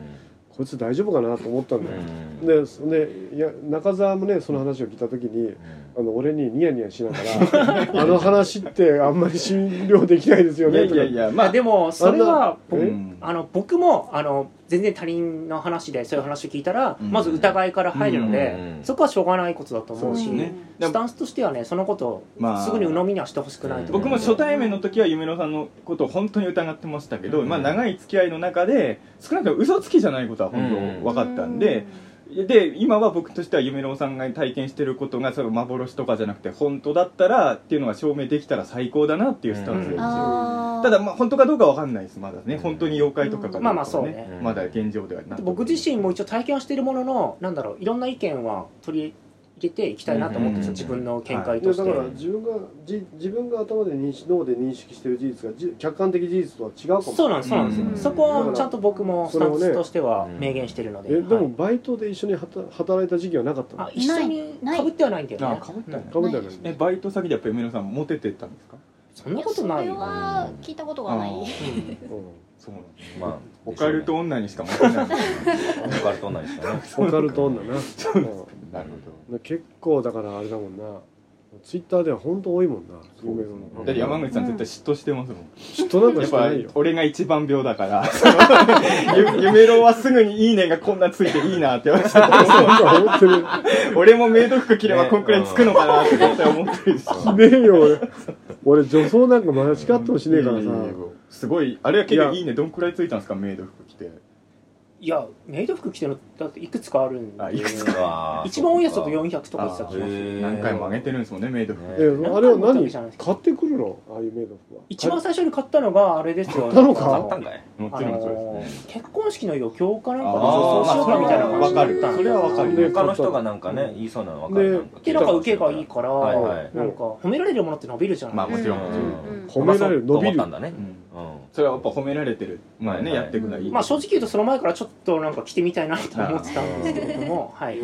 Speaker 1: こいつ大丈夫かなと思ったんだよ、
Speaker 3: うん
Speaker 1: でそんでいや中澤もねその話を聞いた時にあの俺にニヤニヤしながら あの話ってあんまり信用できないですよ
Speaker 2: いや
Speaker 1: ね
Speaker 2: いやいや
Speaker 4: ま
Speaker 2: ま
Speaker 4: あ
Speaker 2: あ
Speaker 4: でもそれは
Speaker 1: あんな
Speaker 4: 僕
Speaker 1: え
Speaker 2: うん
Speaker 4: あの僕もあの全然他人の話でそういう話を聞いたら、
Speaker 2: うん
Speaker 4: まず疑いから入るので、
Speaker 3: うん
Speaker 4: そこはしょうがないことだと思うし、
Speaker 5: そうですね
Speaker 4: スタンスとしてはねそのこと
Speaker 2: まあ
Speaker 4: をすぐに鵜呑みにはしてほしくないと思う
Speaker 2: 僕も初対面の時は夢のさんのことを本当に疑ってましたけど、
Speaker 3: うん
Speaker 2: まあ、長い付き合いの中で少なくとも嘘つきじゃないことは本当分かったんで、で今は僕としては夢のさんが体験してることがその幻とかじゃなくて本当だったらっていうのが証明できたら最高だなっていうスタンスです
Speaker 3: う
Speaker 2: よ
Speaker 3: ん
Speaker 5: あー
Speaker 2: ただまあ本当かどうかわかんないですまだね本当に妖怪とかかどかは
Speaker 4: まあまあそうね
Speaker 3: うん
Speaker 2: まだ現状ではな
Speaker 4: 僕自身も一応体験はしているもののなんだろういろんな意見は取り入れていきたいなと思ってるんですよ、
Speaker 3: うん
Speaker 4: 自分の見解
Speaker 1: いやだ
Speaker 4: とし
Speaker 1: か
Speaker 4: て、
Speaker 1: ら自分がじ自分が頭で認識脳で認識してる事実がじ客観的事実とは違うかも
Speaker 4: そうなんですそうなんですよ、
Speaker 5: うん
Speaker 4: そこはちゃんと僕もスタンスとしては
Speaker 3: それをね
Speaker 4: 明言してるので、
Speaker 1: えで
Speaker 4: は
Speaker 1: も
Speaker 4: い
Speaker 1: バイトで一緒に働働いた時 期はなかったの
Speaker 4: あ一緒に
Speaker 5: ない
Speaker 4: かぶってはないんだよね
Speaker 2: あかぶったね
Speaker 1: かぶったよね
Speaker 2: えバイト先でやっぱ夢のさんモテてたんですか
Speaker 4: そんなことない
Speaker 5: いや
Speaker 4: よ
Speaker 5: それは聞いたことがない。
Speaker 2: あー
Speaker 1: う
Speaker 2: そうなんです
Speaker 3: まあ
Speaker 2: オカルト女にしかモテない
Speaker 3: オカルトなんですかね
Speaker 1: んオカルト女な
Speaker 2: そうですかなるほ
Speaker 1: うん結構だからあれだもんなツイッターでは本当多いもんな
Speaker 2: ど
Speaker 1: 夢
Speaker 3: う
Speaker 1: の
Speaker 3: ん
Speaker 2: だって山口さん絶対嫉妬してますもん
Speaker 1: 人なんか
Speaker 2: やっ
Speaker 1: してない
Speaker 2: ぱ
Speaker 1: よ
Speaker 2: 俺が一番病だから そのゆ夢郎はすぐに「いいね」がこんなついていいなって言われて
Speaker 1: なんか思って
Speaker 2: 俺もメイド服着ればこんくらいつくのかなって絶対思ってるし
Speaker 1: るねえよ俺俺女装なんか間違ってもしねえからさ
Speaker 2: いやいやいやすごいあれは結局いいねどんくらいついたんですかメイド服着て
Speaker 4: いやメイド服着てるのだっていくつかあるんで
Speaker 2: あいくつ
Speaker 4: 一番多いやつだと
Speaker 3: 4
Speaker 4: 400とかって言ってた気がします
Speaker 2: 何回も上げてるんですもんねメイド服
Speaker 1: え
Speaker 3: ね
Speaker 1: あれは
Speaker 4: なんか持ってる
Speaker 1: 何
Speaker 4: わけじゃない
Speaker 1: 買ってくるのああいうメイド服は
Speaker 4: 一番最初に買ったのがあれですよ
Speaker 1: 買ったのか
Speaker 4: あ
Speaker 3: あったんかい
Speaker 2: も
Speaker 4: あ
Speaker 2: ちろんそう
Speaker 4: の
Speaker 2: ですね
Speaker 4: ー結婚式の余興かなんかで
Speaker 2: あ
Speaker 4: 女装
Speaker 2: ー
Speaker 4: しようかみたいな
Speaker 2: まあ
Speaker 4: 感
Speaker 2: そ
Speaker 4: じ
Speaker 2: れはわか
Speaker 4: だっ
Speaker 2: る
Speaker 4: たん
Speaker 2: それはわかる
Speaker 1: で
Speaker 3: 他の人がなんかね
Speaker 1: うん
Speaker 3: 言いそうなの分かる
Speaker 1: で
Speaker 3: なんか
Speaker 4: でなんか受けがいいから、
Speaker 3: はいはい
Speaker 4: なんか褒められるものって伸びるじゃない、
Speaker 2: まあもちろん
Speaker 3: う
Speaker 2: もちろん
Speaker 5: うん
Speaker 1: 褒められる伸び
Speaker 3: そう思ったん
Speaker 1: る
Speaker 3: だね
Speaker 2: うん
Speaker 3: うん
Speaker 2: それはやっぱ褒められてるまあね
Speaker 3: はい
Speaker 2: やっていくのはいい
Speaker 4: まあ正直言うとその前からちょっとなんか着てみたいなと思ってたんですけれども、はい、い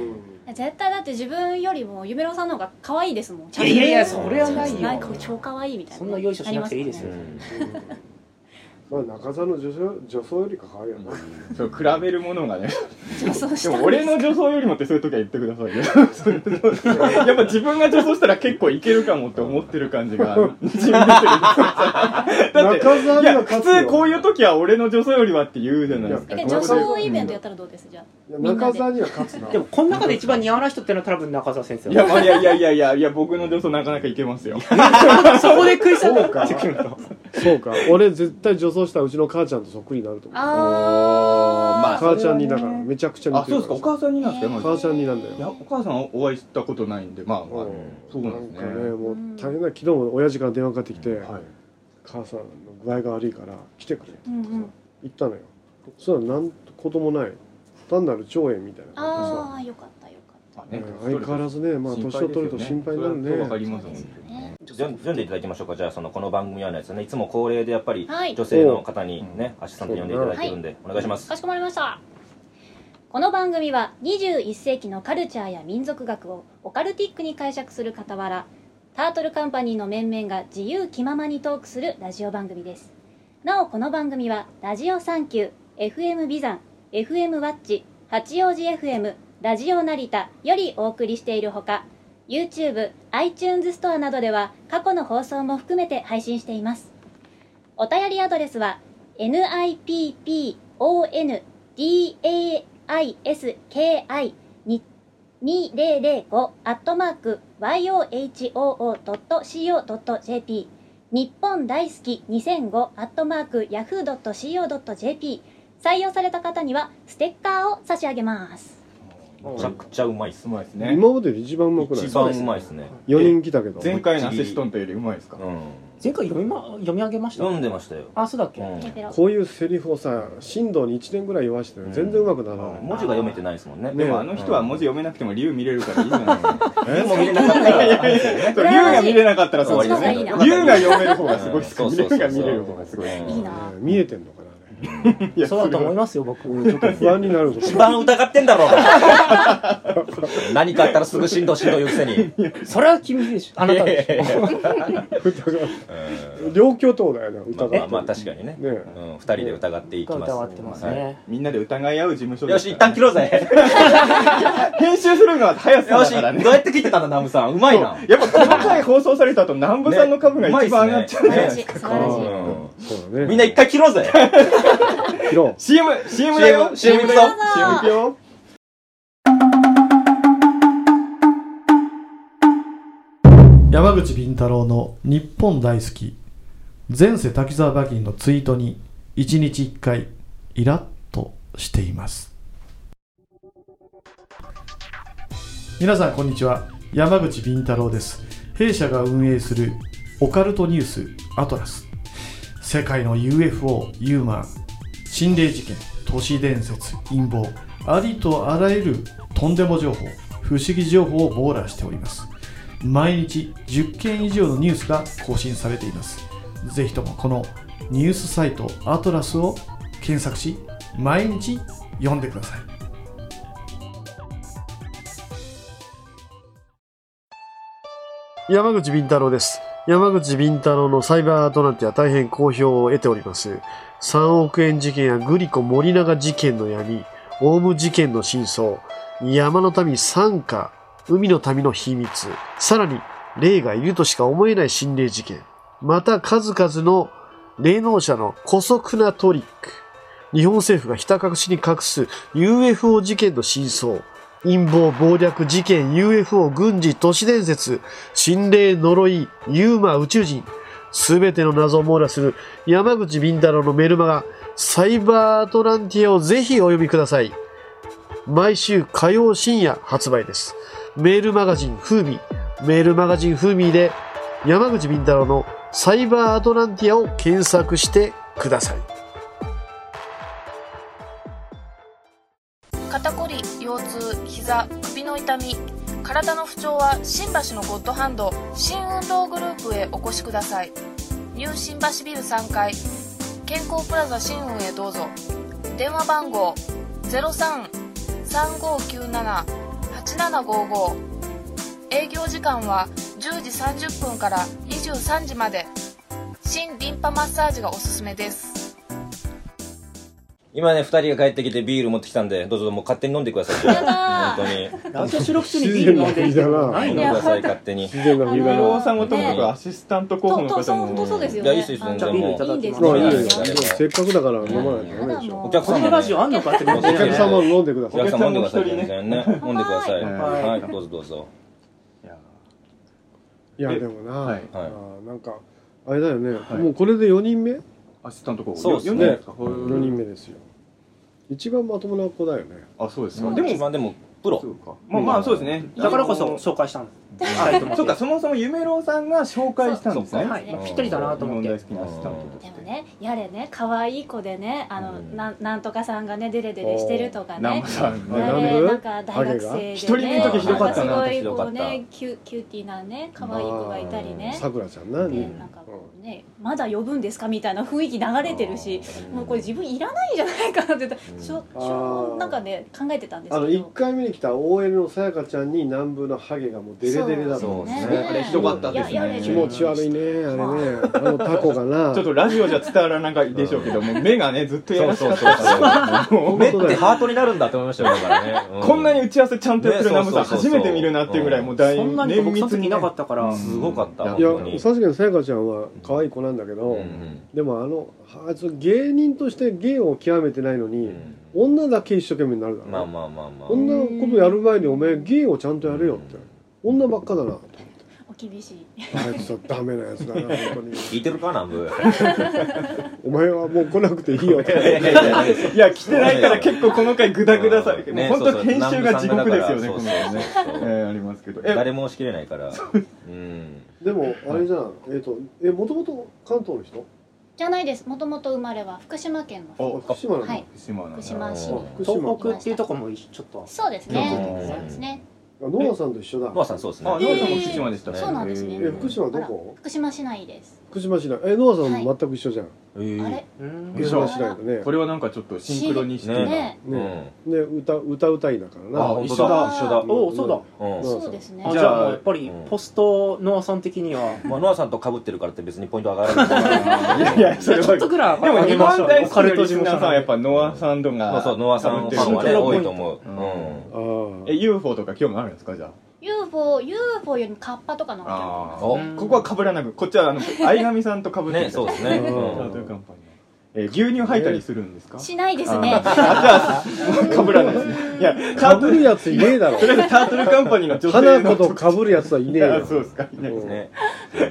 Speaker 5: 絶対だって自分よりも夢郎さんの方が可愛いですもん。
Speaker 4: やいやいやそ
Speaker 5: れ
Speaker 4: れはないよ
Speaker 5: なんか超可愛いみたいな。
Speaker 4: そんな用意しなくていいですよ
Speaker 1: うんまあ中澤の女装女装よりか可愛いよな
Speaker 2: そう比べるものがね
Speaker 5: 女装 し
Speaker 2: で
Speaker 5: た
Speaker 2: も俺の女装よりもってそういう時は言ってください よやっぱ自分が女装したら結構いけるかもって思ってる感じが にじみ出てる だって
Speaker 1: 中澤
Speaker 2: い
Speaker 1: には
Speaker 2: や
Speaker 1: 勝
Speaker 2: 普
Speaker 1: つよ
Speaker 2: 通こういう時は俺の女装よりはって言うじゃないですか
Speaker 5: え
Speaker 1: い
Speaker 5: で
Speaker 1: や
Speaker 5: 女
Speaker 1: 女装
Speaker 5: 装イベントやったらどうですじゃ
Speaker 1: いや中澤には勝つな
Speaker 4: でもこの中で一番似合わない人ってのは多分中澤先生
Speaker 2: いや、まあ、いやいやいやいやいや僕の女装なかなかいけますよ
Speaker 4: そこで食い下が
Speaker 1: かそうか俺絶対女装したらうちの母ちゃんとそっくりになると思う
Speaker 5: あ
Speaker 1: 母ちゃんにだからめちゃくちゃ似
Speaker 2: あ
Speaker 1: て
Speaker 2: そう
Speaker 1: る
Speaker 2: ですかお母さんになんですか山口さ
Speaker 1: 母ちゃんになんだよ
Speaker 2: んいやお母さんはお会いしたことないんでまあまあ
Speaker 1: うん
Speaker 2: そうなんです
Speaker 1: か
Speaker 2: ね
Speaker 1: ねもう大変だ昨日も親父から電話かかってきて、
Speaker 2: はい
Speaker 1: 母さんの具合が悪いから来てくれって
Speaker 5: うんうん
Speaker 1: 言ったのよそしたらなんとこともない単なる腸炎みたいな感じで
Speaker 5: ああよかったよかった
Speaker 2: まあ
Speaker 1: え
Speaker 2: ね
Speaker 1: ー相変わらずねまあ年を取ると心配になる
Speaker 2: それはわか
Speaker 1: ね
Speaker 2: ります
Speaker 5: そう
Speaker 2: もん
Speaker 5: ですよね
Speaker 3: 読ん読んでいただきましょうかじゃあそのこの番組はですねいつも恒例でやっぱり
Speaker 5: はい
Speaker 3: 女性の方にねアシスタント呼んでいただいてるんでお願いします
Speaker 5: かしこまりましたこの番組は21世紀のカルチャーや民族学をオカルティックに解釈する傍らタートルカンパニーの面々が自由気ままにトークするラジオ番組ですなおこの番組はラジオサンキュー FM ビザン FM ワッチ八王子 FM ラジオ成田よりお送りしているほか YouTube、iTunes ストアなどでは過去の放送も含めて配信していますお便りアドレスは nippondaiski に2005アットマーク yohoo.co.jp 日本大好き2005アットマーク yahoo.co.jp 採用された方にはステッカーを差し上げます。
Speaker 2: う
Speaker 3: めちゃくちゃうまいっす
Speaker 2: うまいですね
Speaker 1: 今までで一番うまくない
Speaker 3: 一番うまいっすね
Speaker 1: 4人来たけど
Speaker 2: 前回のアシストントよりうまいですか
Speaker 3: うん
Speaker 4: 前回読み,、ま、読み上げました
Speaker 3: 読んでましたよ、
Speaker 4: あそうだっけ、
Speaker 3: うん
Speaker 5: ペロペロ
Speaker 1: こういうセリフをさ進藤に1年ぐらい言わしてるのに全然うまくなら
Speaker 3: うん
Speaker 1: ない、
Speaker 3: 文字が読めてないですもんね
Speaker 1: ね
Speaker 2: でもあの人は文字読めなくても竜見れるからいいんじゃないの
Speaker 3: でも見れなかったら
Speaker 2: そう竜が見れなかったらそうですね
Speaker 5: こっちの
Speaker 2: 竜
Speaker 5: 方
Speaker 2: が
Speaker 5: がいいな
Speaker 2: 読める方がすごいっす
Speaker 3: うんそうそうそ
Speaker 2: 竜
Speaker 3: う
Speaker 2: が見れる方がすごい
Speaker 3: うん
Speaker 5: いいな
Speaker 1: えー見えてんのかなあれ
Speaker 2: いや
Speaker 4: そうだと思い
Speaker 2: ま
Speaker 4: ますよ僕
Speaker 1: うんちょっと不安になること
Speaker 3: 一番疑ってんだろ 何かあったらすぐしんどしんど言うくせに
Speaker 4: それは君でしょあなたでしょ
Speaker 1: 疑 う両巨頭だよね
Speaker 3: ま
Speaker 1: 疑
Speaker 3: あ
Speaker 1: って
Speaker 3: まあまあ確かにね
Speaker 1: ねえ
Speaker 3: うん、二人で疑っていきます
Speaker 4: 疑ってます
Speaker 3: は
Speaker 4: ね、
Speaker 2: みんなで疑い合う事務所
Speaker 3: い
Speaker 2: で
Speaker 3: よ
Speaker 2: す
Speaker 3: し一
Speaker 2: から
Speaker 3: 旦切ろうぜ
Speaker 2: 編集するのは早さ
Speaker 3: よ
Speaker 2: だ
Speaker 3: しど
Speaker 2: から
Speaker 3: う
Speaker 2: ね
Speaker 3: やって切ってたんだナムさんうまいな
Speaker 2: やっぱこの回放送された後南部さんの株が一番上がっちゃう
Speaker 5: 素
Speaker 2: ね
Speaker 5: 晴らしい素晴らしい
Speaker 3: うん
Speaker 1: そうだね
Speaker 3: みんな一回切ろうぜ
Speaker 1: 切ろう
Speaker 2: CM CM だよ
Speaker 3: CM 行くぞ
Speaker 2: CM 行くよ
Speaker 6: 山口敏太郎の日本大好き前世滝沢馬琴のツイートに1日1回イラッとしています皆さんこんにちは山口敏太郎です弊社が運営するオカルトニュースアトラス世界の UFO ユーマー心霊事件都市伝説陰謀ありとあらゆるとんでも情報不思議情報を網羅しております毎日10件以上のニュースが更新されていますぜひともこのニュースサイトアトラスを検索し毎日読んでください
Speaker 7: 山口敏太郎です。山口敏太郎のサイバーアトランティア大変好評を得ております。3億円事件やグリコ森永事件の闇、オウム事件の真相、山の民参加、海の民の秘密、さらに霊がいるとしか思えない心霊事件、また数々の霊能者の古速なトリック、日本政府がひた隠しに隠す UFO 事件の真相、陰謀、暴略、事件、UFO、軍事、都市伝説、心霊、呪い、ユーマ、宇宙人、すべての謎を網羅する山口敏太郎のメルマガ、サイバーアトランティアをぜひお読みください。毎週火曜深夜発売です。メールマガジンフーミー、メールマガジンフーミーで山口敏太郎のサイバーアトランティアを検索してください。
Speaker 8: 肩こり腰痛膝首の痛み体の不調は新橋のゴッドハンド新運動グループへお越しくださいニュー新橋ビル3階健康プラザ新運へどうぞ電話番号0335978755営業時間は10時30分から23時まで新リンパマッサージがおすすめです
Speaker 3: 今ね二人が帰ってきてビール持ってきたんでどうぞもう勝手に飲んでください
Speaker 5: やだー
Speaker 3: 本当に
Speaker 4: 私は収録中にビール飲んでるけどな
Speaker 3: 飲
Speaker 4: い
Speaker 3: ん
Speaker 4: の
Speaker 3: でください勝手に
Speaker 1: 自然な振り
Speaker 5: あ
Speaker 1: だ
Speaker 5: の
Speaker 1: な
Speaker 2: 大さんごとも僕アシスタント候補の
Speaker 5: とと
Speaker 2: 方
Speaker 5: 本当
Speaker 2: も
Speaker 5: そうですよ
Speaker 3: い
Speaker 5: ね
Speaker 3: やいいっすいいっす全
Speaker 4: じゃあ
Speaker 3: 然
Speaker 4: ビールい
Speaker 3: も
Speaker 4: ただきます
Speaker 5: いいん
Speaker 1: まあいいよ
Speaker 5: ですね
Speaker 1: いいよせっかくだから飲まないとダ
Speaker 5: や
Speaker 1: メで
Speaker 5: だ
Speaker 1: しょ
Speaker 5: もう
Speaker 3: お客
Speaker 4: こ
Speaker 3: 様
Speaker 4: のラジオあんのかって
Speaker 3: お
Speaker 1: お
Speaker 4: 感じだよ
Speaker 1: 客
Speaker 4: ね
Speaker 1: 様飲んでくだ
Speaker 3: うお
Speaker 1: さい
Speaker 3: 客さん飲んでください
Speaker 2: お客さんも一人ね
Speaker 3: 全然ね飲んでください
Speaker 2: はい
Speaker 3: はいどうぞどうぞ
Speaker 2: いや
Speaker 1: いやでもな、
Speaker 2: はい
Speaker 1: あ
Speaker 3: はい
Speaker 1: ーなんかあれだよね、
Speaker 2: い
Speaker 1: もうこれで4人目
Speaker 2: アシスタント候補
Speaker 3: そうっすね
Speaker 2: よ四人ですか
Speaker 1: 4人目ですよ一番まともな子だよね
Speaker 2: あそうです
Speaker 3: ま
Speaker 2: かで
Speaker 3: あで
Speaker 2: も
Speaker 3: もまあでもプ
Speaker 2: そ
Speaker 3: ロ
Speaker 2: うかまあまあそうですね
Speaker 4: だからこそ
Speaker 2: あの
Speaker 4: 紹介したんです
Speaker 2: あ
Speaker 4: 二人とも
Speaker 2: そうかそもそも夢郎さんが紹介したんですね
Speaker 3: そうそう
Speaker 4: はいもうぴったりだなと思っ
Speaker 2: 日本大
Speaker 4: て
Speaker 2: 好きなアシスタントと
Speaker 5: で
Speaker 2: し
Speaker 5: も
Speaker 2: て
Speaker 5: ねやれね可愛い子でねあ
Speaker 3: う
Speaker 5: の、
Speaker 3: ん
Speaker 5: なんなんとかさんがねデレデレしてるとか
Speaker 2: 南
Speaker 5: ね
Speaker 2: 部さん
Speaker 1: ね
Speaker 5: や
Speaker 1: 南
Speaker 5: れ
Speaker 1: 部
Speaker 5: なんか大学生でね
Speaker 2: 一人目の時ひどかったな
Speaker 5: なんかすごいこう
Speaker 3: ひどかっ
Speaker 5: ねキュキューティーなね可愛い子がいたりね
Speaker 1: さくらちゃんな、
Speaker 5: でなんかこうねまだ呼ぶんですかみたいな雰囲気流れてるしもうこれ自分いらないんじゃないかなってしょしょ
Speaker 1: あー
Speaker 5: なんかね考えてたんです
Speaker 1: あの
Speaker 5: けど
Speaker 1: 1回目に来た OL のさやかちゃんに南部のハゲがもうデレデレだ
Speaker 3: そ
Speaker 1: も
Speaker 3: うんです
Speaker 5: ね
Speaker 3: ね
Speaker 2: あれひどかったです
Speaker 5: いやいや
Speaker 2: ね
Speaker 5: いや
Speaker 1: 気持ち悪いねあれねあのタコがな
Speaker 2: ちょっとラジオじゃ伝わらないでしょうけども目がねずっとや
Speaker 3: そう
Speaker 2: らせ
Speaker 3: そう
Speaker 2: た
Speaker 3: そう
Speaker 2: もう
Speaker 3: 目ってハートになるんだって思いましたよだからねう
Speaker 2: こんなに打ち合わせちゃんとやってる
Speaker 3: ね
Speaker 2: ナムさん
Speaker 3: そう
Speaker 2: 初
Speaker 3: そうそうそう
Speaker 2: めて見るなっていうぐらいもう大
Speaker 4: そんなに僕その時いなかったから、
Speaker 3: すごかった
Speaker 1: い
Speaker 3: 本当
Speaker 1: や
Speaker 3: に
Speaker 1: さすがにさやかちゃんは可愛い子なんだけど、
Speaker 3: うん
Speaker 1: でもあのあいつ芸人として芸を極めてないの
Speaker 3: う
Speaker 1: に、
Speaker 3: ん
Speaker 1: 女だけ一生懸命になるだろ、
Speaker 3: まあまあまあまあ
Speaker 1: こんなことやる前におめえ芸をちゃんとやれよって、女ばっかだなと
Speaker 5: お厳しい
Speaker 1: あいつはダメなやつだな本当
Speaker 3: 聞い
Speaker 1: に
Speaker 3: てるか南部
Speaker 1: お前はもう来なくていいよっ
Speaker 3: いや
Speaker 1: て
Speaker 3: いやいやいや
Speaker 2: いや来てないから結構この回グダグダさ、
Speaker 3: うん
Speaker 2: もう
Speaker 3: ね
Speaker 2: 本
Speaker 3: そうそ
Speaker 2: 当
Speaker 3: う
Speaker 2: 編集が地獄ですよね
Speaker 3: 南部
Speaker 2: この
Speaker 3: さ
Speaker 2: 回ね
Speaker 3: んがだからそうそうそう
Speaker 2: えーありますけどえ
Speaker 3: 誰も押し切れないからうん
Speaker 1: でもあれじゃんえっ、とえもともと関東の人
Speaker 5: じゃないですもともと生まれは福島県の
Speaker 2: お
Speaker 1: あ福島なんだ、
Speaker 5: はい
Speaker 2: 福島なん
Speaker 5: 福
Speaker 2: だ
Speaker 5: 島市
Speaker 3: あ
Speaker 5: に
Speaker 3: ー
Speaker 1: 福島
Speaker 4: 東北っていうとこもちょっと
Speaker 5: そうですね
Speaker 3: うん
Speaker 5: そうですね
Speaker 1: あノアさんと一緒だ
Speaker 3: ノアさんそうですね
Speaker 2: あノアさんも福島でしたね
Speaker 5: そうなんですね
Speaker 1: え福島どこ
Speaker 5: 福島市内です
Speaker 1: 福島市内えノアさん
Speaker 5: はい
Speaker 1: も全く一緒じゃん、
Speaker 3: えー
Speaker 5: あれ
Speaker 4: うーん
Speaker 2: え
Speaker 1: 福島市内だね
Speaker 2: これはなんかちょっとシンクロにして
Speaker 5: ね
Speaker 3: う
Speaker 1: ね
Speaker 3: ん
Speaker 1: ね歌歌うたいだからな
Speaker 3: あ本当
Speaker 2: 一緒だ
Speaker 3: 一緒だ
Speaker 4: おおそうだ
Speaker 3: うん
Speaker 1: そう
Speaker 5: そうですね
Speaker 4: あ
Speaker 2: じ
Speaker 4: じ
Speaker 2: ゃあ
Speaker 4: ゃあもうやっぱり
Speaker 3: うん
Speaker 4: ポスト農村的 には
Speaker 3: まあノアさんと被ってるからって別にポイント上がらな
Speaker 2: い
Speaker 3: い
Speaker 2: やいやそれ
Speaker 4: ちょっと
Speaker 2: は
Speaker 4: ぐらい
Speaker 2: でも日本大
Speaker 4: オ
Speaker 2: 好
Speaker 4: カ
Speaker 2: きの
Speaker 4: ルト
Speaker 2: リ
Speaker 4: 事
Speaker 2: ス
Speaker 4: 務
Speaker 2: ナ
Speaker 4: 所
Speaker 2: ーさんはやっぱノアさんとが
Speaker 3: まあそうノアさんファンはね
Speaker 4: シンクロ
Speaker 3: 多
Speaker 4: ポイン
Speaker 3: い
Speaker 4: ト
Speaker 3: と思ううん
Speaker 1: あー
Speaker 2: え UFO とか興味あるんですかじゃ
Speaker 5: UFO UFO よりもカッパとかの方が
Speaker 2: あ
Speaker 3: お
Speaker 4: うん
Speaker 2: ここは被らなくこっちは あの相上さんと被って
Speaker 3: ねそうですね
Speaker 1: う
Speaker 2: チャー
Speaker 1: ん
Speaker 2: トカンパニーえー牛乳吐いたりするんですか
Speaker 5: しないですね
Speaker 2: あじゃあ被らないですねいやチャ
Speaker 1: か
Speaker 2: ート
Speaker 1: ぶ
Speaker 2: ル
Speaker 1: るやついねえだろ
Speaker 2: とりあえずタートルカンパニーの女性
Speaker 1: 花
Speaker 2: の
Speaker 1: 子とかぶるやつはいねえ
Speaker 2: あ
Speaker 1: よ
Speaker 2: そうですかいないですね
Speaker 3: ね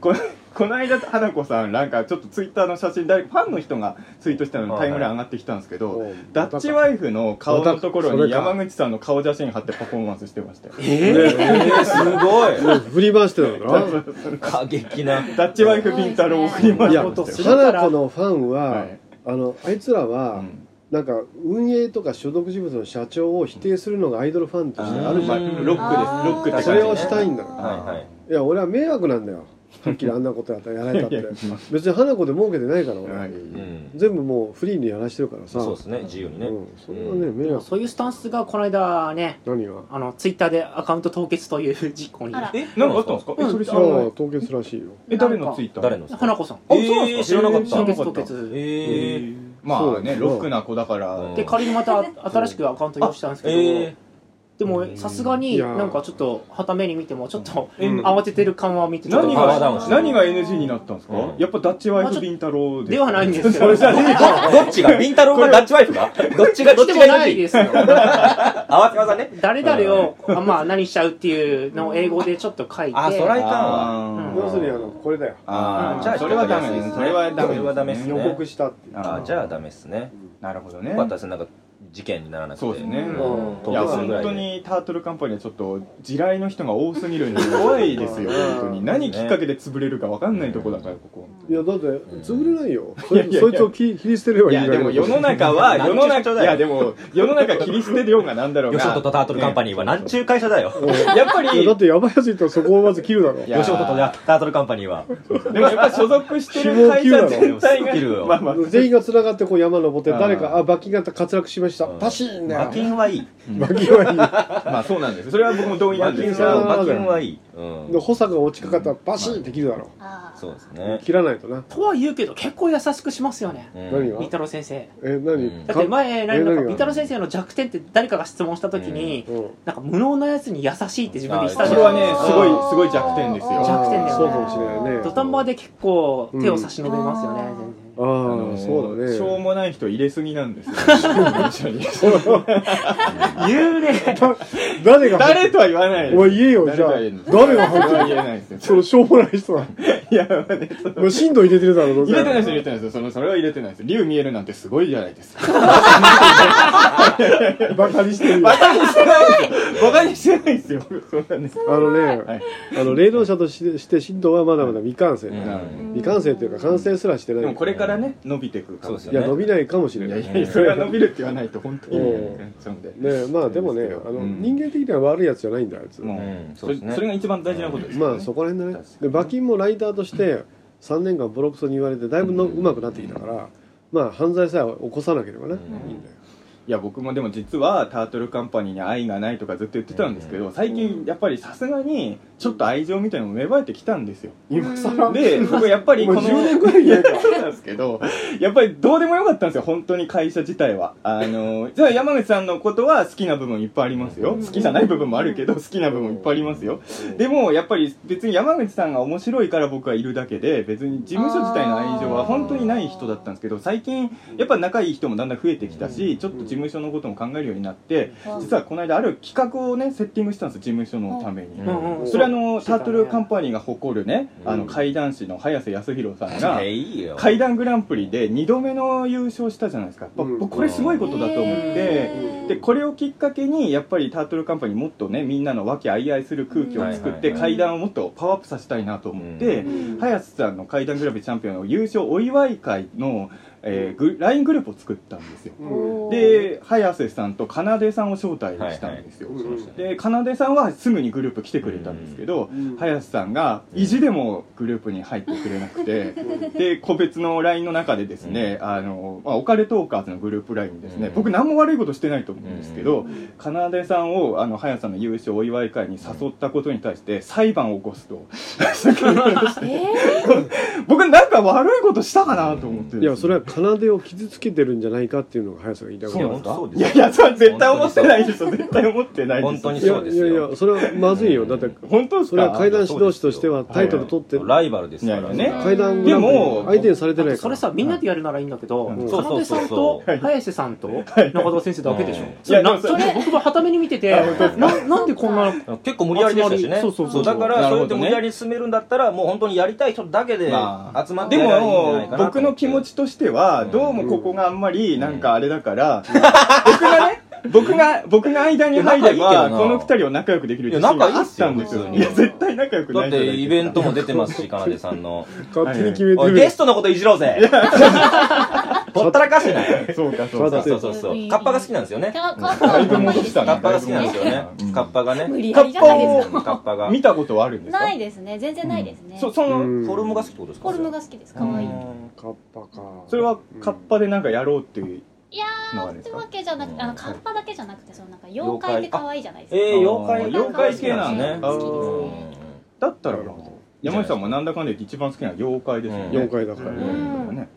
Speaker 2: このこの間花子さんなんかちょっとツイッターの写真誰かファンの人がツイートしたのにタイムライン上がってきたんですけど、
Speaker 1: うん
Speaker 2: ダッチワイフの顔のところ
Speaker 1: そ
Speaker 2: に
Speaker 1: れか
Speaker 2: 山口さんの顔写真貼ってパフォーマンスしてましたよ
Speaker 3: えーすごい
Speaker 1: 振り回してたのか
Speaker 3: 過激な
Speaker 2: ダッチワイフビン タロウを振り
Speaker 1: な
Speaker 2: 回
Speaker 1: い
Speaker 2: し
Speaker 1: や
Speaker 2: ま
Speaker 1: 花
Speaker 2: した
Speaker 4: そ
Speaker 2: よ
Speaker 4: うから
Speaker 1: 子のファンは、
Speaker 2: はい
Speaker 1: あのあいつら
Speaker 2: う
Speaker 1: は、
Speaker 2: ん
Speaker 1: なんか運営とか所属事務所の社長を否定するのがアイドルファンとしてあるじゃ
Speaker 2: まあ
Speaker 1: ん
Speaker 2: ロックですロックって感じね
Speaker 1: それをしたいんだ
Speaker 3: は
Speaker 1: よ
Speaker 3: いはい
Speaker 1: いや俺は迷惑なんだよはっきりあんなことやったらやられたっ
Speaker 2: いやい
Speaker 1: て
Speaker 2: や
Speaker 1: 別に花子で儲けてないから俺、
Speaker 2: はい
Speaker 3: うん
Speaker 1: 全部もうフリーでやらしてるからさ
Speaker 3: そうですね自由にね
Speaker 1: うん、それはね迷惑
Speaker 4: そういうスタンスがこの間ね
Speaker 1: 何が
Speaker 4: あのツイッターでアカウント凍結という事故に
Speaker 5: あら
Speaker 2: えなんかあったんですかえそれ知
Speaker 1: じ
Speaker 2: ら
Speaker 1: ゃあ
Speaker 2: ない
Speaker 1: 凍結らしいよ
Speaker 2: え誰のツイッター
Speaker 3: 誰の
Speaker 4: 花子さん
Speaker 2: あ
Speaker 3: えー
Speaker 2: そうなんです
Speaker 3: 知らなかった
Speaker 2: 知ら
Speaker 4: 凍
Speaker 2: なか
Speaker 4: 結
Speaker 2: っ
Speaker 4: 凍
Speaker 2: た
Speaker 4: 結
Speaker 3: えー
Speaker 2: ま
Speaker 1: そう
Speaker 2: あ
Speaker 1: だ
Speaker 2: ね
Speaker 1: ね
Speaker 2: ロックな子だから、
Speaker 3: うん
Speaker 4: で仮にまた新しくアカウント用意したんですけど、
Speaker 3: え
Speaker 4: でもさすがに
Speaker 1: いやー
Speaker 4: なんかちょっとはために見てもちょっと
Speaker 2: え
Speaker 1: うん
Speaker 4: 慌ててる感は見てちょっと
Speaker 2: 何
Speaker 3: パワーダウン
Speaker 2: が
Speaker 3: して
Speaker 2: 何が NG になったんですか、
Speaker 3: うん
Speaker 2: やっぱダッチワイフビンタロウ
Speaker 4: ではないんですけ
Speaker 2: そ
Speaker 4: ど
Speaker 2: れじゃねえか
Speaker 3: ーどっちがビンタロウかダッチワイフかどっちがど
Speaker 4: ど
Speaker 3: っ
Speaker 4: っ
Speaker 3: ち
Speaker 4: ち
Speaker 3: が
Speaker 4: もないで
Speaker 3: NG
Speaker 4: すよ
Speaker 3: 合わせ技ね
Speaker 4: 誰々を、あまあ何しちゃうっていうのを英語でちょっと書いて
Speaker 3: あそらいかんわ
Speaker 2: あー
Speaker 1: 要するにあのこれだよ
Speaker 2: あー
Speaker 4: うん
Speaker 2: じゃあそれはダメですそれはダメ
Speaker 3: それはダメですね
Speaker 1: 予告したっていう
Speaker 3: あじゃあダメっすね
Speaker 2: なるほどね
Speaker 3: よかったですねなんか事件にならなくて
Speaker 2: そうですね
Speaker 3: うん
Speaker 2: いや
Speaker 3: 凍結する
Speaker 2: 本
Speaker 3: ぐらい
Speaker 2: 当
Speaker 3: で
Speaker 2: にタートルカンパニーはちょっと地雷の人が多すぎるんで怖いですよ本当に何きっかけで潰れるか分かんないとこだからここ
Speaker 1: いやだって潰 れないよ、
Speaker 2: いやいやいや
Speaker 1: そいつを切り切り捨てれば
Speaker 2: い
Speaker 1: いい
Speaker 2: や
Speaker 1: んだ
Speaker 2: で
Speaker 1: けど
Speaker 2: も世の中は 世の中いやでも世の中切り捨てるようがなんだろうが
Speaker 3: 吉本とタートルカンパニーは何ちゅう会社だよ
Speaker 2: やっぱり
Speaker 1: いやだってやばいやついたらそこをまず切るだろ
Speaker 2: いや
Speaker 3: 吉本とタートルカンパニーは
Speaker 2: でもやっぱ所属してる会社全体
Speaker 3: 希望給与だ
Speaker 2: が
Speaker 3: ろ
Speaker 2: まあまあ
Speaker 1: 全員がつながってこう山登って
Speaker 2: あー
Speaker 1: 誰かあ罰金が滑落しました
Speaker 3: うん
Speaker 1: パシーンだ
Speaker 3: 馬
Speaker 1: よ
Speaker 3: 券はいい
Speaker 1: 罰金はいい
Speaker 2: まあそうなんですそれは僕も同意なんですが
Speaker 3: 馬券はいいうん
Speaker 1: で補佐が落ちかかったらバシーンって切るだろ
Speaker 5: あー
Speaker 3: そうですね
Speaker 1: 切らないとな
Speaker 4: とは言うけど結構優しくしますよね
Speaker 3: うん
Speaker 1: 何が
Speaker 4: 三太郎先生
Speaker 1: え
Speaker 3: うん
Speaker 1: 何
Speaker 4: だって前何なん
Speaker 1: え
Speaker 4: か
Speaker 1: 何が
Speaker 4: 三太郎先生の弱点って誰かが質問した時に、
Speaker 1: うん
Speaker 4: なんか無能なやつに優しいって自分でし
Speaker 2: そ
Speaker 4: たじゃ
Speaker 2: れ
Speaker 4: ん
Speaker 2: はねすごいすごい弱点です
Speaker 1: あー
Speaker 2: よ
Speaker 4: 弱点だよね
Speaker 1: そうかもしれないね
Speaker 4: 土壇場で結構手を差し伸べますよね、
Speaker 5: うん
Speaker 1: あ
Speaker 4: 全然
Speaker 1: あ
Speaker 2: あのー
Speaker 1: そうだね
Speaker 2: しょうもない人入れすぎなんですよ一緒に
Speaker 4: 言うね
Speaker 1: 誰が
Speaker 2: 誰とは言わないです
Speaker 1: お前言えよじゃあ
Speaker 2: 誰とは
Speaker 1: 誰
Speaker 2: 言えな
Speaker 1: が入ってる
Speaker 2: いそれは言えないです
Speaker 1: そ
Speaker 2: よ
Speaker 1: のしょうもない人だ
Speaker 2: いやまあねそ
Speaker 1: もう進度入れてるだろどう
Speaker 2: 入
Speaker 1: せ
Speaker 2: れてないです入れてないですそのそれは入れてないです竜見えるなんてすごいじゃないですか
Speaker 1: バカにしてるよ
Speaker 2: バカにしてないですよバカにしてないですよそうなんです
Speaker 1: あのね、
Speaker 2: はい
Speaker 1: あの霊能者としてして神道はまだまだ未完成だ、
Speaker 3: うん
Speaker 1: 未完成というか完成すらしてない
Speaker 2: でもこれからね伸びていくかもしれ
Speaker 1: いや伸びないかもしれ
Speaker 2: な
Speaker 1: ないい
Speaker 2: いやいやそれは伸びるって言わないと本当に
Speaker 1: うん
Speaker 2: ねそうなんで
Speaker 1: ねまあでもね
Speaker 2: ですけど
Speaker 1: あの、
Speaker 2: うん
Speaker 1: 人間的には悪いやつじゃないんだよあいつ、
Speaker 2: も
Speaker 3: うん
Speaker 2: う
Speaker 3: そ
Speaker 2: そう
Speaker 3: で
Speaker 2: れ
Speaker 3: すね
Speaker 2: それが一番大事なことですよね
Speaker 1: まあそこら辺だね
Speaker 2: 確か
Speaker 1: で
Speaker 2: に
Speaker 1: 馬琴もライターとして3年間ボロクソに言われてだいぶのうまくなってきたからまあ犯罪さえ起こさなければね、
Speaker 3: うん
Speaker 1: いいんだよ
Speaker 2: いや僕もでも実はタートルカンパニーに愛がないとかずっと言ってたんですけど最近やっぱりさすがにちょっと愛情みたいなのも芽生えてきたんですよ
Speaker 1: 今 更
Speaker 2: で僕やっぱりこの
Speaker 1: もう10年ぐらい前か
Speaker 2: そうなんですけどやっぱりどうでもよかったんですよ本当に会社自体はあのじゃあ山口さんのことは好きな部分いっぱいありますよ好きじゃない部分もあるけど好きな部分いっぱいありますよでもやっぱり別に山口さんが面白いから僕はいるだけで別に事務所自体の愛情は本当にない人だったんですけど最近やっぱ仲いい人もだんだん増えてきたしちょっと事務所のことも考えるようになって
Speaker 5: うん
Speaker 2: 実はこの間ある企画をねセッティングしたんですよ事務所のために
Speaker 3: う。ん
Speaker 2: それあのタートルカン
Speaker 4: ニ
Speaker 2: パニーが誇るね、
Speaker 3: うん
Speaker 2: あの怪談師の早瀬康弘さんが
Speaker 3: がいいよ
Speaker 2: 怪談グランプリで2度目の優勝したじゃないですか、ぼ
Speaker 1: うん
Speaker 2: 僕これすごいことだと思って、
Speaker 5: へー
Speaker 2: でこれをきっかけにやっぱりタートルカンパニーもっとねみんなの和気あいあいする空気を作って
Speaker 3: うん
Speaker 2: 階段をもっとパワーアップさせたいなと思って、
Speaker 5: うん
Speaker 2: 早瀬さんの階段グランプリチャンピオンの優勝お祝い会の、えーグ LINE グループを作ったんですよ
Speaker 5: おー
Speaker 2: で早瀬さんとかなでさんを招待したんですよ、
Speaker 1: はいはい
Speaker 2: でかなでさんはすぐにグループ来てくれたんですけど、早瀬さんが意地でもグループに入ってくれなくて、で個別の LINE の中でですね、あのまあ、オカルトーカーズのグループ LINE ですね、
Speaker 3: うん
Speaker 2: 僕何も悪いことしてないと思うんですけど、
Speaker 5: うん
Speaker 2: かなでさんをあの早瀬さんの優勝お祝い会に誘ったことに対して裁判を起こすと
Speaker 5: え
Speaker 2: 僕なんか悪いことしたかなと思ってですね、
Speaker 1: いやそれは奏を傷つけてるんじゃないかっていうのが早瀬が言いた
Speaker 3: い
Speaker 1: か
Speaker 3: や
Speaker 1: っ
Speaker 3: 本当そうです
Speaker 2: いやいやそれは絶対思ってないですよ絶対思ってないです
Speaker 3: 本当に
Speaker 1: た
Speaker 3: いやそうですよ
Speaker 1: いやいやそれはまずいよだって
Speaker 2: 本当です
Speaker 1: そ
Speaker 2: か
Speaker 1: れは階段指導士としてはタイトル取って
Speaker 3: ライバルですから
Speaker 2: いやいや
Speaker 5: ね
Speaker 1: 階段グランプリ
Speaker 2: でも
Speaker 1: 相手にされてないから
Speaker 4: それさみんなでやるならいいんだけど、
Speaker 2: うん
Speaker 4: かなでさんと
Speaker 3: そうそうそうそ
Speaker 4: 早瀬さんと
Speaker 2: い
Speaker 4: 中田先生だけでしょ、
Speaker 3: うん
Speaker 4: それ
Speaker 2: いやで
Speaker 4: な
Speaker 2: もそ
Speaker 4: それ僕もはために見ててななんでこんな
Speaker 3: 結構無理やりでしたしね
Speaker 4: そうそうそう
Speaker 3: だから
Speaker 2: な
Speaker 3: そ
Speaker 2: る
Speaker 3: うや
Speaker 2: ほどね
Speaker 3: って無理やり進めるんだったらもう本当にやりたい人だけで集
Speaker 2: まあ
Speaker 3: まって
Speaker 2: で
Speaker 3: やればいいんじゃない
Speaker 2: も
Speaker 3: かなと思って
Speaker 2: 僕の気持ちとしては
Speaker 3: うん
Speaker 2: どうもここがあんまりなんかあれだから、 僕がね僕が僕が間に入れ
Speaker 3: いや仲いいけど
Speaker 2: ば
Speaker 3: な
Speaker 2: この二人を仲良くできる自
Speaker 3: いや
Speaker 2: 信が
Speaker 3: 仲いい
Speaker 2: あ
Speaker 3: っ
Speaker 2: っ
Speaker 3: すよ
Speaker 2: たんですよ
Speaker 5: 普通に
Speaker 2: いや絶対仲良く
Speaker 3: だ
Speaker 2: な
Speaker 3: っ
Speaker 2: いじゃないで
Speaker 3: て
Speaker 2: すか
Speaker 3: イベントも出てますしかなでさん の
Speaker 1: 勝手に決めて
Speaker 3: おい
Speaker 1: る
Speaker 3: ゲストのこといじろうぜほったらかしてない
Speaker 2: そうかそう
Speaker 3: そ
Speaker 2: か
Speaker 3: うそうそうそうカッパが好きなんですよね
Speaker 5: カカッパは
Speaker 2: だいぶ戻したね
Speaker 3: カッパが好きなんですよね
Speaker 2: うん
Speaker 3: カッパがね
Speaker 5: 無理
Speaker 2: カ
Speaker 5: やり
Speaker 2: ッ
Speaker 5: じゃ
Speaker 2: パ
Speaker 5: ないですか
Speaker 3: カッパが
Speaker 2: を見たことはあるんですか
Speaker 5: ないですね全然ないですね、
Speaker 2: そその、
Speaker 1: うん
Speaker 3: フォルムが好きってことです
Speaker 5: フ
Speaker 3: か
Speaker 5: ォルムが好きです可
Speaker 3: う
Speaker 5: 愛いい
Speaker 3: ん
Speaker 1: カッパか
Speaker 2: それはカッパでなんかやろうっていう
Speaker 5: いや
Speaker 2: のはあ
Speaker 5: ー
Speaker 2: れ
Speaker 5: っ
Speaker 2: です
Speaker 5: て
Speaker 2: か
Speaker 5: わけじゃなく
Speaker 3: う
Speaker 5: て
Speaker 3: ん
Speaker 5: あのカッパだけじゃなくてそのなんか妖怪って可愛いじゃないです
Speaker 3: え
Speaker 5: か、
Speaker 3: ー、妖怪
Speaker 2: 妖怪系なん
Speaker 5: だ
Speaker 3: ね
Speaker 5: 好きですね
Speaker 2: だったら山内さんもなんだかんだ言って一番好きな妖怪ですよね、
Speaker 1: 妖怪だから、
Speaker 3: う
Speaker 1: ね
Speaker 5: ん
Speaker 2: ね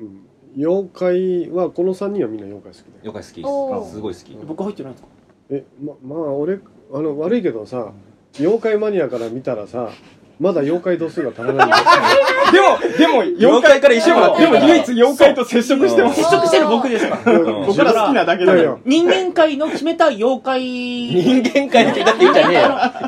Speaker 1: うん妖怪はこの3人はみんな妖怪好きだよ
Speaker 3: 妖怪好き
Speaker 5: お
Speaker 3: です
Speaker 5: ー
Speaker 3: すごい好き
Speaker 4: 僕入ってないんですか
Speaker 1: えままあ俺あの悪いけどさ妖怪マニアから見たらさまだ妖怪度数が足らないんだよ
Speaker 2: でもでも
Speaker 3: 妖怪から石をもらって
Speaker 2: で
Speaker 3: る
Speaker 2: も
Speaker 3: から
Speaker 2: 唯一妖怪と接触してます
Speaker 4: 接触してる僕ですから
Speaker 3: うん
Speaker 2: 僕ら好きなだけだよ
Speaker 4: 人間界の決めた妖 怪い
Speaker 3: 人間界で聞いたって言うんじゃねえ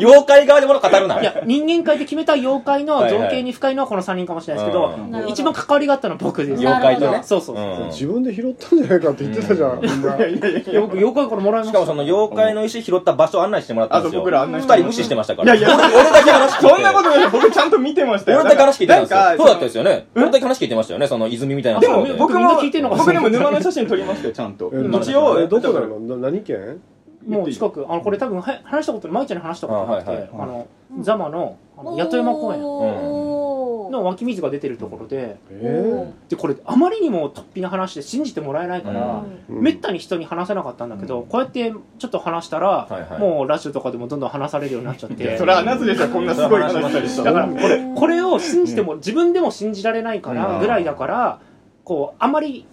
Speaker 3: よ妖怪側でもの語るな
Speaker 4: や人間界で決めた妖怪の造形に深いのはこの3人かもしれないですけ
Speaker 3: う
Speaker 4: ど
Speaker 3: ん
Speaker 5: なるほど
Speaker 4: 一番関わりがあったのは僕です
Speaker 3: 妖怪と
Speaker 5: なる
Speaker 3: ね
Speaker 5: ほ
Speaker 4: そうそうそう、
Speaker 3: うん
Speaker 1: 自分で拾ったんじゃないかって言ってたじゃんみんな
Speaker 4: いや僕妖怪からもらいま
Speaker 3: し
Speaker 4: し
Speaker 3: か
Speaker 4: た
Speaker 3: もその妖怪の石拾った場所案内してもらった
Speaker 2: あ
Speaker 3: んで
Speaker 2: と
Speaker 3: すよ
Speaker 2: 僕らあんな
Speaker 3: 二人無視してましたから
Speaker 2: いやいや
Speaker 3: 俺俺だけ話聞いて
Speaker 2: そんなことない僕ちゃんと見てましたよ
Speaker 3: 俺だけ話聞いてたんですよ
Speaker 2: な
Speaker 3: そうだったんですすよね俺だけ話聞いてましたよねその泉みたいな
Speaker 2: で
Speaker 3: ところ
Speaker 2: も僕
Speaker 4: みんな
Speaker 2: も
Speaker 4: 聞いてんのか
Speaker 2: 僕でも沼の写真撮りましたよちゃんと
Speaker 1: え
Speaker 2: 一応
Speaker 1: えどこなのな何県
Speaker 4: もう近くあのこれ多分は話したことない舞ちゃんに話したことなくて
Speaker 3: あはいはい
Speaker 4: あのザマのあの
Speaker 5: おー
Speaker 4: 八戸山公園
Speaker 5: おー
Speaker 4: の湧き水が出てるところで
Speaker 1: え
Speaker 4: でこれあまりにも突飛な話で信じてもらえないか
Speaker 5: う
Speaker 4: ら、
Speaker 5: ん
Speaker 1: え
Speaker 4: めったに人に話せなかったんだけど、こうやってちょっと話したら、
Speaker 3: いはい
Speaker 4: もうラジオとかでもどんどん話されるようになっちゃって
Speaker 2: それはなぜでしょこんなすごい話したりした
Speaker 4: だから
Speaker 2: ら
Speaker 4: これこれを信じても、自分でも信じられないか
Speaker 3: う
Speaker 4: ら
Speaker 3: ん
Speaker 4: ぐらいだからこうあまり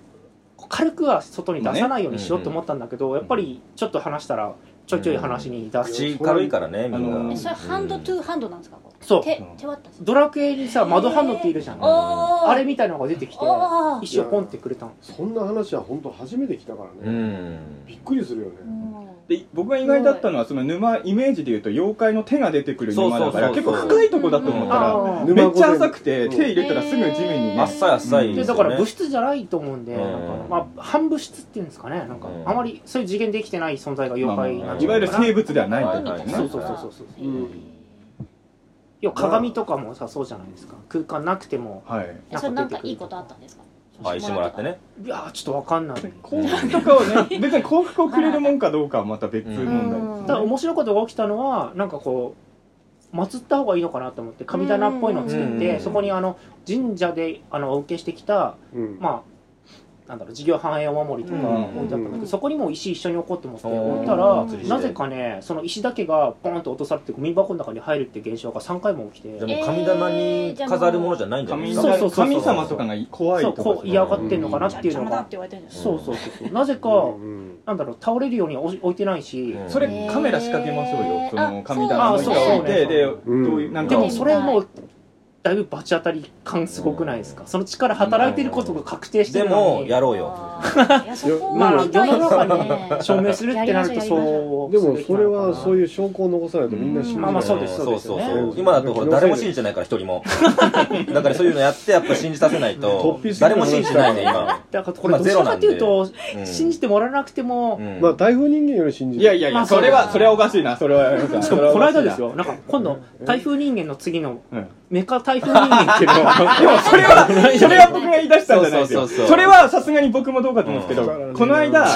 Speaker 4: 軽くは外に出さないようにしようと思ったんだけど、やっぱりちょっと話したらちょいちょい話に出す、
Speaker 3: 口軽いからねみん
Speaker 2: あの
Speaker 3: な
Speaker 5: えそれハンドトゥーハンドなんですかこう
Speaker 4: そう
Speaker 5: 手手割ったし
Speaker 4: ドラクエにさ窓ハンドっているじゃん、
Speaker 5: おー
Speaker 4: あれみたいなのが出てきて
Speaker 5: おー
Speaker 4: 石をポンってくれたの
Speaker 1: そんな話は本当初めて聞いたからね、
Speaker 3: うん
Speaker 1: びっくりするよね、
Speaker 5: うん
Speaker 2: で僕が意外だったのはその沼イメージでいうと妖怪の手が出てくる沼だから
Speaker 3: そう
Speaker 2: 結
Speaker 3: そうそう
Speaker 2: 構深いとこだと思ったら
Speaker 4: あー
Speaker 1: うん
Speaker 2: めっちゃ浅く
Speaker 1: う
Speaker 2: て
Speaker 1: ん
Speaker 2: 手入れたらすぐ地面にね
Speaker 3: あっさいあっさい
Speaker 4: で
Speaker 3: です
Speaker 4: だ
Speaker 3: よ
Speaker 4: か
Speaker 3: ね
Speaker 4: ら物質じゃないと思うんで、
Speaker 3: うん
Speaker 4: なんかまあ、半物質っていうんですかねなんか、
Speaker 3: うん
Speaker 4: あまりそういう次元できてない存在が妖怪
Speaker 2: まあまあ
Speaker 4: な
Speaker 2: ま
Speaker 4: ん
Speaker 2: あい
Speaker 4: じゃ
Speaker 2: わゆ
Speaker 4: ない
Speaker 2: る
Speaker 4: かな
Speaker 2: 生物ではない
Speaker 3: はい
Speaker 2: と
Speaker 3: はい
Speaker 2: かね
Speaker 4: そうそうそうそうそう
Speaker 5: へー
Speaker 4: 要は鏡とかもさそうじゃないですか空間なくても
Speaker 2: はい
Speaker 5: えそれなんかいいことあったんですか
Speaker 3: はいしてもらってね
Speaker 4: いやーちょっとわかんない
Speaker 2: 幸福とかをね別に幸福をくれるもんかどうかはまた別問題です
Speaker 5: うん
Speaker 4: ただ面白いことが起きたのはなんかこう祀った方がいいのかなと思って神棚っぽいのを作
Speaker 3: う
Speaker 4: っ
Speaker 3: んうんうん
Speaker 4: てそこにあの神社であのお受けしてきた
Speaker 1: うん
Speaker 4: まあなんだろう事業繁栄お守りとか
Speaker 2: うん
Speaker 4: 置いてあったんだけ
Speaker 5: うん
Speaker 4: どそこにも石一緒に置こうと思って
Speaker 3: おー
Speaker 4: 置いた
Speaker 5: お
Speaker 4: ら
Speaker 5: 祭り
Speaker 3: して
Speaker 4: なぜかねその石だけがボーンと落とされてゴミ箱の中に入るって現象が3回も起き
Speaker 3: じゃあ
Speaker 4: て
Speaker 3: もう神棚に飾るものじゃないんじゃないで
Speaker 2: 神
Speaker 3: す
Speaker 4: そう
Speaker 3: か
Speaker 4: そう
Speaker 2: 様神様とかが怖い
Speaker 4: そ
Speaker 2: と
Speaker 4: う
Speaker 2: か
Speaker 4: こう嫌がってんのかなっ
Speaker 5: じゃあ
Speaker 4: ていう
Speaker 5: 邪
Speaker 4: の
Speaker 5: 魔だっ
Speaker 4: が
Speaker 5: て言われてるんです
Speaker 4: そうそうそうそうなぜか
Speaker 1: うん
Speaker 4: なんだろう倒れるようにおし置いてないし
Speaker 3: うん
Speaker 2: それカメラ仕掛けましょう
Speaker 5: へ
Speaker 2: よ
Speaker 5: ー
Speaker 2: そ
Speaker 5: あ
Speaker 2: の神棚の
Speaker 4: そう
Speaker 2: 板を置いて
Speaker 4: あそうそう
Speaker 2: で
Speaker 4: ね
Speaker 2: どういうなん
Speaker 4: で
Speaker 2: か
Speaker 4: もそれもうだいぶ罰当たり感すごくないですか、その力働いてることが確定して
Speaker 3: で
Speaker 4: るの
Speaker 3: も
Speaker 4: に
Speaker 3: やろうよ
Speaker 5: いやそこは
Speaker 4: まあ
Speaker 5: 行きたいです
Speaker 4: 世の
Speaker 5: ね
Speaker 4: 証明するってなると
Speaker 5: やりましょうやりまし
Speaker 4: そう
Speaker 1: でもそれは
Speaker 4: う
Speaker 1: そういう証拠を残さないとみんな信じない
Speaker 4: まあまあそうです
Speaker 3: ん
Speaker 4: そうですよね
Speaker 3: そう今だとほら誰も信じてないから一人 もだからそういうのやってやっぱ信じさせないと
Speaker 1: 突飛すぎ
Speaker 3: 誰
Speaker 1: る
Speaker 3: も
Speaker 1: 話
Speaker 3: 信じてないね今
Speaker 4: だからこれどちらかというと、信じてもらわなくても、
Speaker 3: うん
Speaker 1: まあ台風人間より信じる
Speaker 2: いやいやい
Speaker 4: まあ
Speaker 2: や、それは、それはおかしいな、それは。
Speaker 4: しかもこの間です
Speaker 2: よ。
Speaker 4: よなんか今度台風人間の次の
Speaker 2: うん
Speaker 4: メカ台風人間っていう のは
Speaker 2: でもそれは、それは僕が言い出したんじゃないです
Speaker 3: そ
Speaker 2: よ。
Speaker 3: うそうそうそう
Speaker 2: それはさすがに僕もどうかと思うんですけ
Speaker 1: うん
Speaker 2: ど、この間、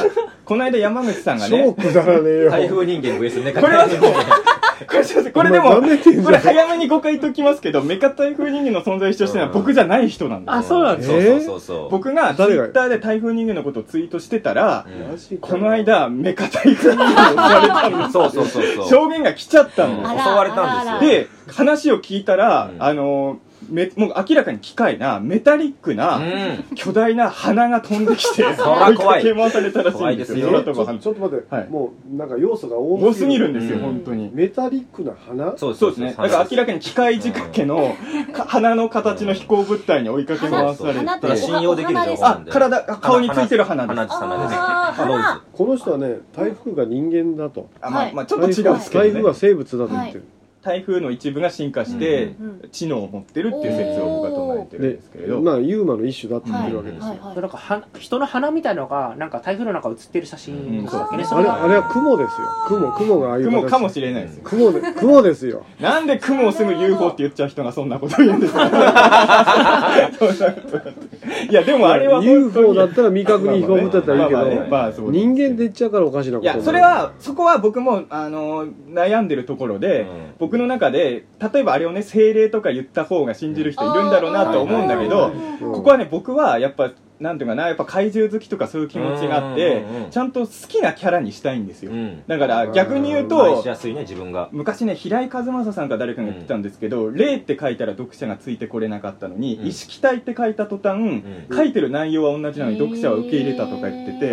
Speaker 2: この間山口さんが
Speaker 1: 超
Speaker 2: ね、
Speaker 1: くだらねえよ
Speaker 3: 台風人間 VS ね
Speaker 2: これは そう、これすいませんこれで
Speaker 1: お前
Speaker 2: も
Speaker 1: 舐めてんじゃん、
Speaker 2: これ早めに誤解ときますけど、メカ台風人間の存在を主張してるのは僕じゃない人なんです
Speaker 4: あそうなん
Speaker 1: です
Speaker 3: そうそうそうそう
Speaker 2: 僕がツイ
Speaker 1: 誰が
Speaker 2: ッターで台風人間のことをツイートしてたら、
Speaker 3: うん
Speaker 2: この間、メカ台風人間を襲われたんで
Speaker 3: そうそうそうそう
Speaker 2: す。証言が来ちゃったんです
Speaker 5: あ
Speaker 3: 襲
Speaker 5: ら
Speaker 3: われたんですよ
Speaker 2: で話を聞いたら、
Speaker 3: うん
Speaker 2: あのめもう明らかに機械なメタリック
Speaker 3: う
Speaker 2: な、
Speaker 3: ん
Speaker 2: 巨大な鼻が飛んできて追い
Speaker 3: そら怖
Speaker 2: か
Speaker 3: い
Speaker 2: け回されたらしいんですよ
Speaker 3: 怖
Speaker 2: 空
Speaker 3: い
Speaker 1: ちょ
Speaker 2: 飛ぶ
Speaker 1: っと
Speaker 2: 鼻
Speaker 1: ちょっと待って、
Speaker 2: はい
Speaker 1: もうなんか要素が多
Speaker 2: 多
Speaker 1: す
Speaker 2: す
Speaker 1: ぎ
Speaker 2: ぎ
Speaker 1: る
Speaker 2: るんですよ、
Speaker 3: うん
Speaker 2: 本当に
Speaker 1: メタリックな花
Speaker 3: そう
Speaker 2: そ
Speaker 3: そうう
Speaker 2: で
Speaker 3: ですす
Speaker 2: ねだ
Speaker 3: ね
Speaker 2: から明らかに機械仕掛けの、か 鼻の形の飛行物体に追いかけ回され
Speaker 5: 鼻
Speaker 2: て
Speaker 5: と
Speaker 3: 信用できる情報な
Speaker 2: あ
Speaker 3: んで
Speaker 2: 体あ顔についてる鼻です
Speaker 3: 鼻です鼻です
Speaker 5: あー
Speaker 3: 鼻
Speaker 5: 鼻
Speaker 3: です
Speaker 1: この人はね台風が人間だと
Speaker 2: あ、ま
Speaker 5: は
Speaker 2: あ
Speaker 5: い
Speaker 2: まあ、ちょっと違うんですけど、
Speaker 1: 台
Speaker 2: ね、
Speaker 1: 風は生物だと言ってる、
Speaker 2: 台風の一部が進化して、
Speaker 3: うん
Speaker 5: うん
Speaker 2: 知能を持ってるっていう説を僕は唱えてるんですけれ
Speaker 1: で
Speaker 2: ど、
Speaker 1: まあユーマの一種だって言っ
Speaker 5: は
Speaker 1: て
Speaker 5: い
Speaker 1: るわ
Speaker 5: は
Speaker 1: けですよ、
Speaker 5: いはい
Speaker 4: なんかは人の鼻みたいのがなんか台風の中写ってる写真とかだけね、
Speaker 5: うん
Speaker 4: そ
Speaker 1: あ
Speaker 4: れ
Speaker 1: れ
Speaker 4: が
Speaker 1: あれは雲ですよ雲雲がああいう
Speaker 2: 雲かも
Speaker 1: れ
Speaker 2: しれないですよ
Speaker 1: 雲で雲ですよ
Speaker 2: なんで雲を住む UFO って言っちゃう人がそんなこと言うん ですかそんなことだっていや、でも あれは本当
Speaker 1: UFO
Speaker 2: に
Speaker 1: だったら未確認飛行物体だったらいいけ
Speaker 2: まあま
Speaker 1: ど
Speaker 2: あねまあそうです
Speaker 1: 人間で言っちゃうからおかしなことに
Speaker 2: い
Speaker 1: なる
Speaker 2: や、それは、そこは僕も、あの悩んでるところで、
Speaker 3: うん
Speaker 2: 僕の中で、例えばあれをね、精霊とか言った方が信じる人いるんだろうなと思うんだけ
Speaker 3: あ
Speaker 2: ど
Speaker 3: ー、
Speaker 1: うん
Speaker 2: ここはね、僕はやっぱ、なんていうかな、やっぱ怪獣好きとかそういう気持ちがあって
Speaker 3: うんうんうん、
Speaker 2: ちゃんと好きなキャラにしたいんですよ
Speaker 3: う。ん
Speaker 2: だから逆に言う
Speaker 3: 愛
Speaker 2: と
Speaker 3: し、やすいね自分が
Speaker 2: 昔ね平井和正さんか誰かが言ってたんですけど「霊」って書いたら読者がついてこれなかったのに「
Speaker 3: うん
Speaker 2: 意識体」って書いた途端、
Speaker 3: ん
Speaker 2: 書いてる内容は同じなのに読者は受け入れたとか言ってて、
Speaker 5: へ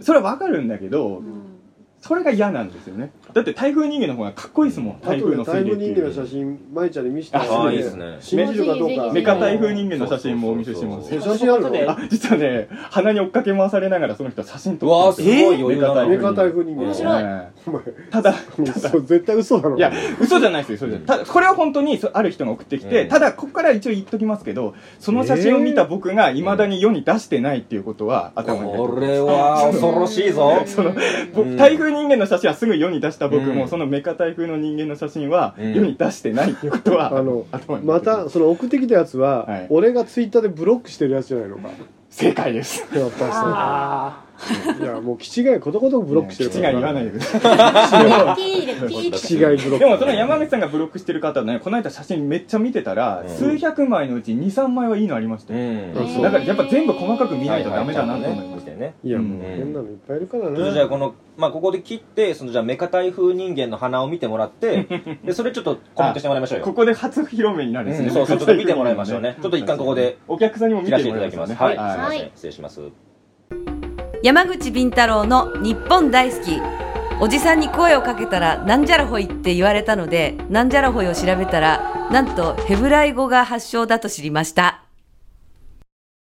Speaker 5: ー
Speaker 2: それはわかるんだけど
Speaker 5: うん
Speaker 2: それが嫌なんですよねだって台風人間の方がかっこいいですもん
Speaker 1: あ
Speaker 2: 台
Speaker 1: と
Speaker 2: 風
Speaker 1: で
Speaker 2: の
Speaker 1: 台
Speaker 2: 水
Speaker 1: 風
Speaker 2: 流って
Speaker 1: 人
Speaker 2: い
Speaker 1: 間
Speaker 2: う
Speaker 1: の写真舞ちゃんに見せて
Speaker 3: あ
Speaker 1: も
Speaker 3: あ
Speaker 1: ら
Speaker 3: い
Speaker 1: っ
Speaker 3: い
Speaker 1: て
Speaker 3: ですね
Speaker 1: 信じるかどうか
Speaker 2: メカ台風人間の写真もお見せします
Speaker 1: え
Speaker 2: よ
Speaker 3: そう
Speaker 1: 写真ある
Speaker 4: そういうこ
Speaker 1: の
Speaker 2: あ実はね鼻に追っかけ回されながらその人は写真
Speaker 3: うわ
Speaker 2: 撮
Speaker 3: あ
Speaker 2: って
Speaker 3: す
Speaker 2: るんで
Speaker 3: ごい余裕だな
Speaker 1: メカ台風人間
Speaker 5: 面
Speaker 2: す
Speaker 5: 白い
Speaker 2: ね
Speaker 1: お前
Speaker 2: ただ
Speaker 1: 嘘絶対嘘だろ
Speaker 2: いや、嘘じゃないですよ、嘘じゃない。ただこれは本当にそある人が送ってきて、
Speaker 3: うん
Speaker 2: ただ、ここから一応言っときますけど、その写真を見た僕がいまだに世に出してないっていうことは頭に入れて
Speaker 3: これは恐ろしいぞ
Speaker 2: その
Speaker 3: う
Speaker 2: 僕
Speaker 3: ん
Speaker 2: 台風人間の写真はすぐ世に出した僕も、
Speaker 3: うん
Speaker 2: そのメカ台風の人間の写真は
Speaker 3: うん
Speaker 2: 世に出してないっていうことは、
Speaker 1: あの
Speaker 2: 頭に入
Speaker 1: ま
Speaker 2: れてる
Speaker 1: たその送ってきたやつは、
Speaker 2: はい
Speaker 1: 俺がツイッターでブロックしてるやつじゃないのかやっ
Speaker 2: 正解です
Speaker 1: ぱりさ
Speaker 4: あ
Speaker 1: いやもう気違いことごとくブロックしてる
Speaker 2: 違い言わない
Speaker 1: い
Speaker 2: でください
Speaker 5: ピーでピーで
Speaker 1: 気違いブロック
Speaker 2: でもその山口さんがブロックしてる方ねこの間写真めっちゃ見てたら、
Speaker 3: うん
Speaker 2: 数百枚のうち23枚はいいのありました
Speaker 3: う
Speaker 2: よ、
Speaker 3: ん
Speaker 1: あそう
Speaker 2: だからやっぱ全部細かく見ないとダメだなと思いま
Speaker 3: ま
Speaker 2: し
Speaker 3: したたよね
Speaker 1: いやもう
Speaker 3: うん
Speaker 1: 変なのいっぱいいるからね、
Speaker 3: じゃあこの、まあ、ここで切ってそのじゃあメカ台風人間の鼻を見てもらってでそれちょっとコメントしてもらいましょうよ
Speaker 2: ここで初披露目になるんです
Speaker 3: う
Speaker 2: ね、
Speaker 3: んそうそうちょっと見てもらいましょうね
Speaker 2: ん
Speaker 3: ちょっと一旦ここで
Speaker 2: お客さんにも見
Speaker 3: 切ら
Speaker 2: て
Speaker 3: せてい
Speaker 2: もら
Speaker 3: た
Speaker 2: い
Speaker 3: だき
Speaker 2: ま
Speaker 3: ますす
Speaker 2: ね
Speaker 3: はい、
Speaker 5: い
Speaker 3: すいません失礼します
Speaker 9: 山口敏太郎の日本大好きおじさんに声をかけたらなんじゃらほいって言われたのでなんじゃらほいを調べたらなんとヘブライ語が発祥だと知りました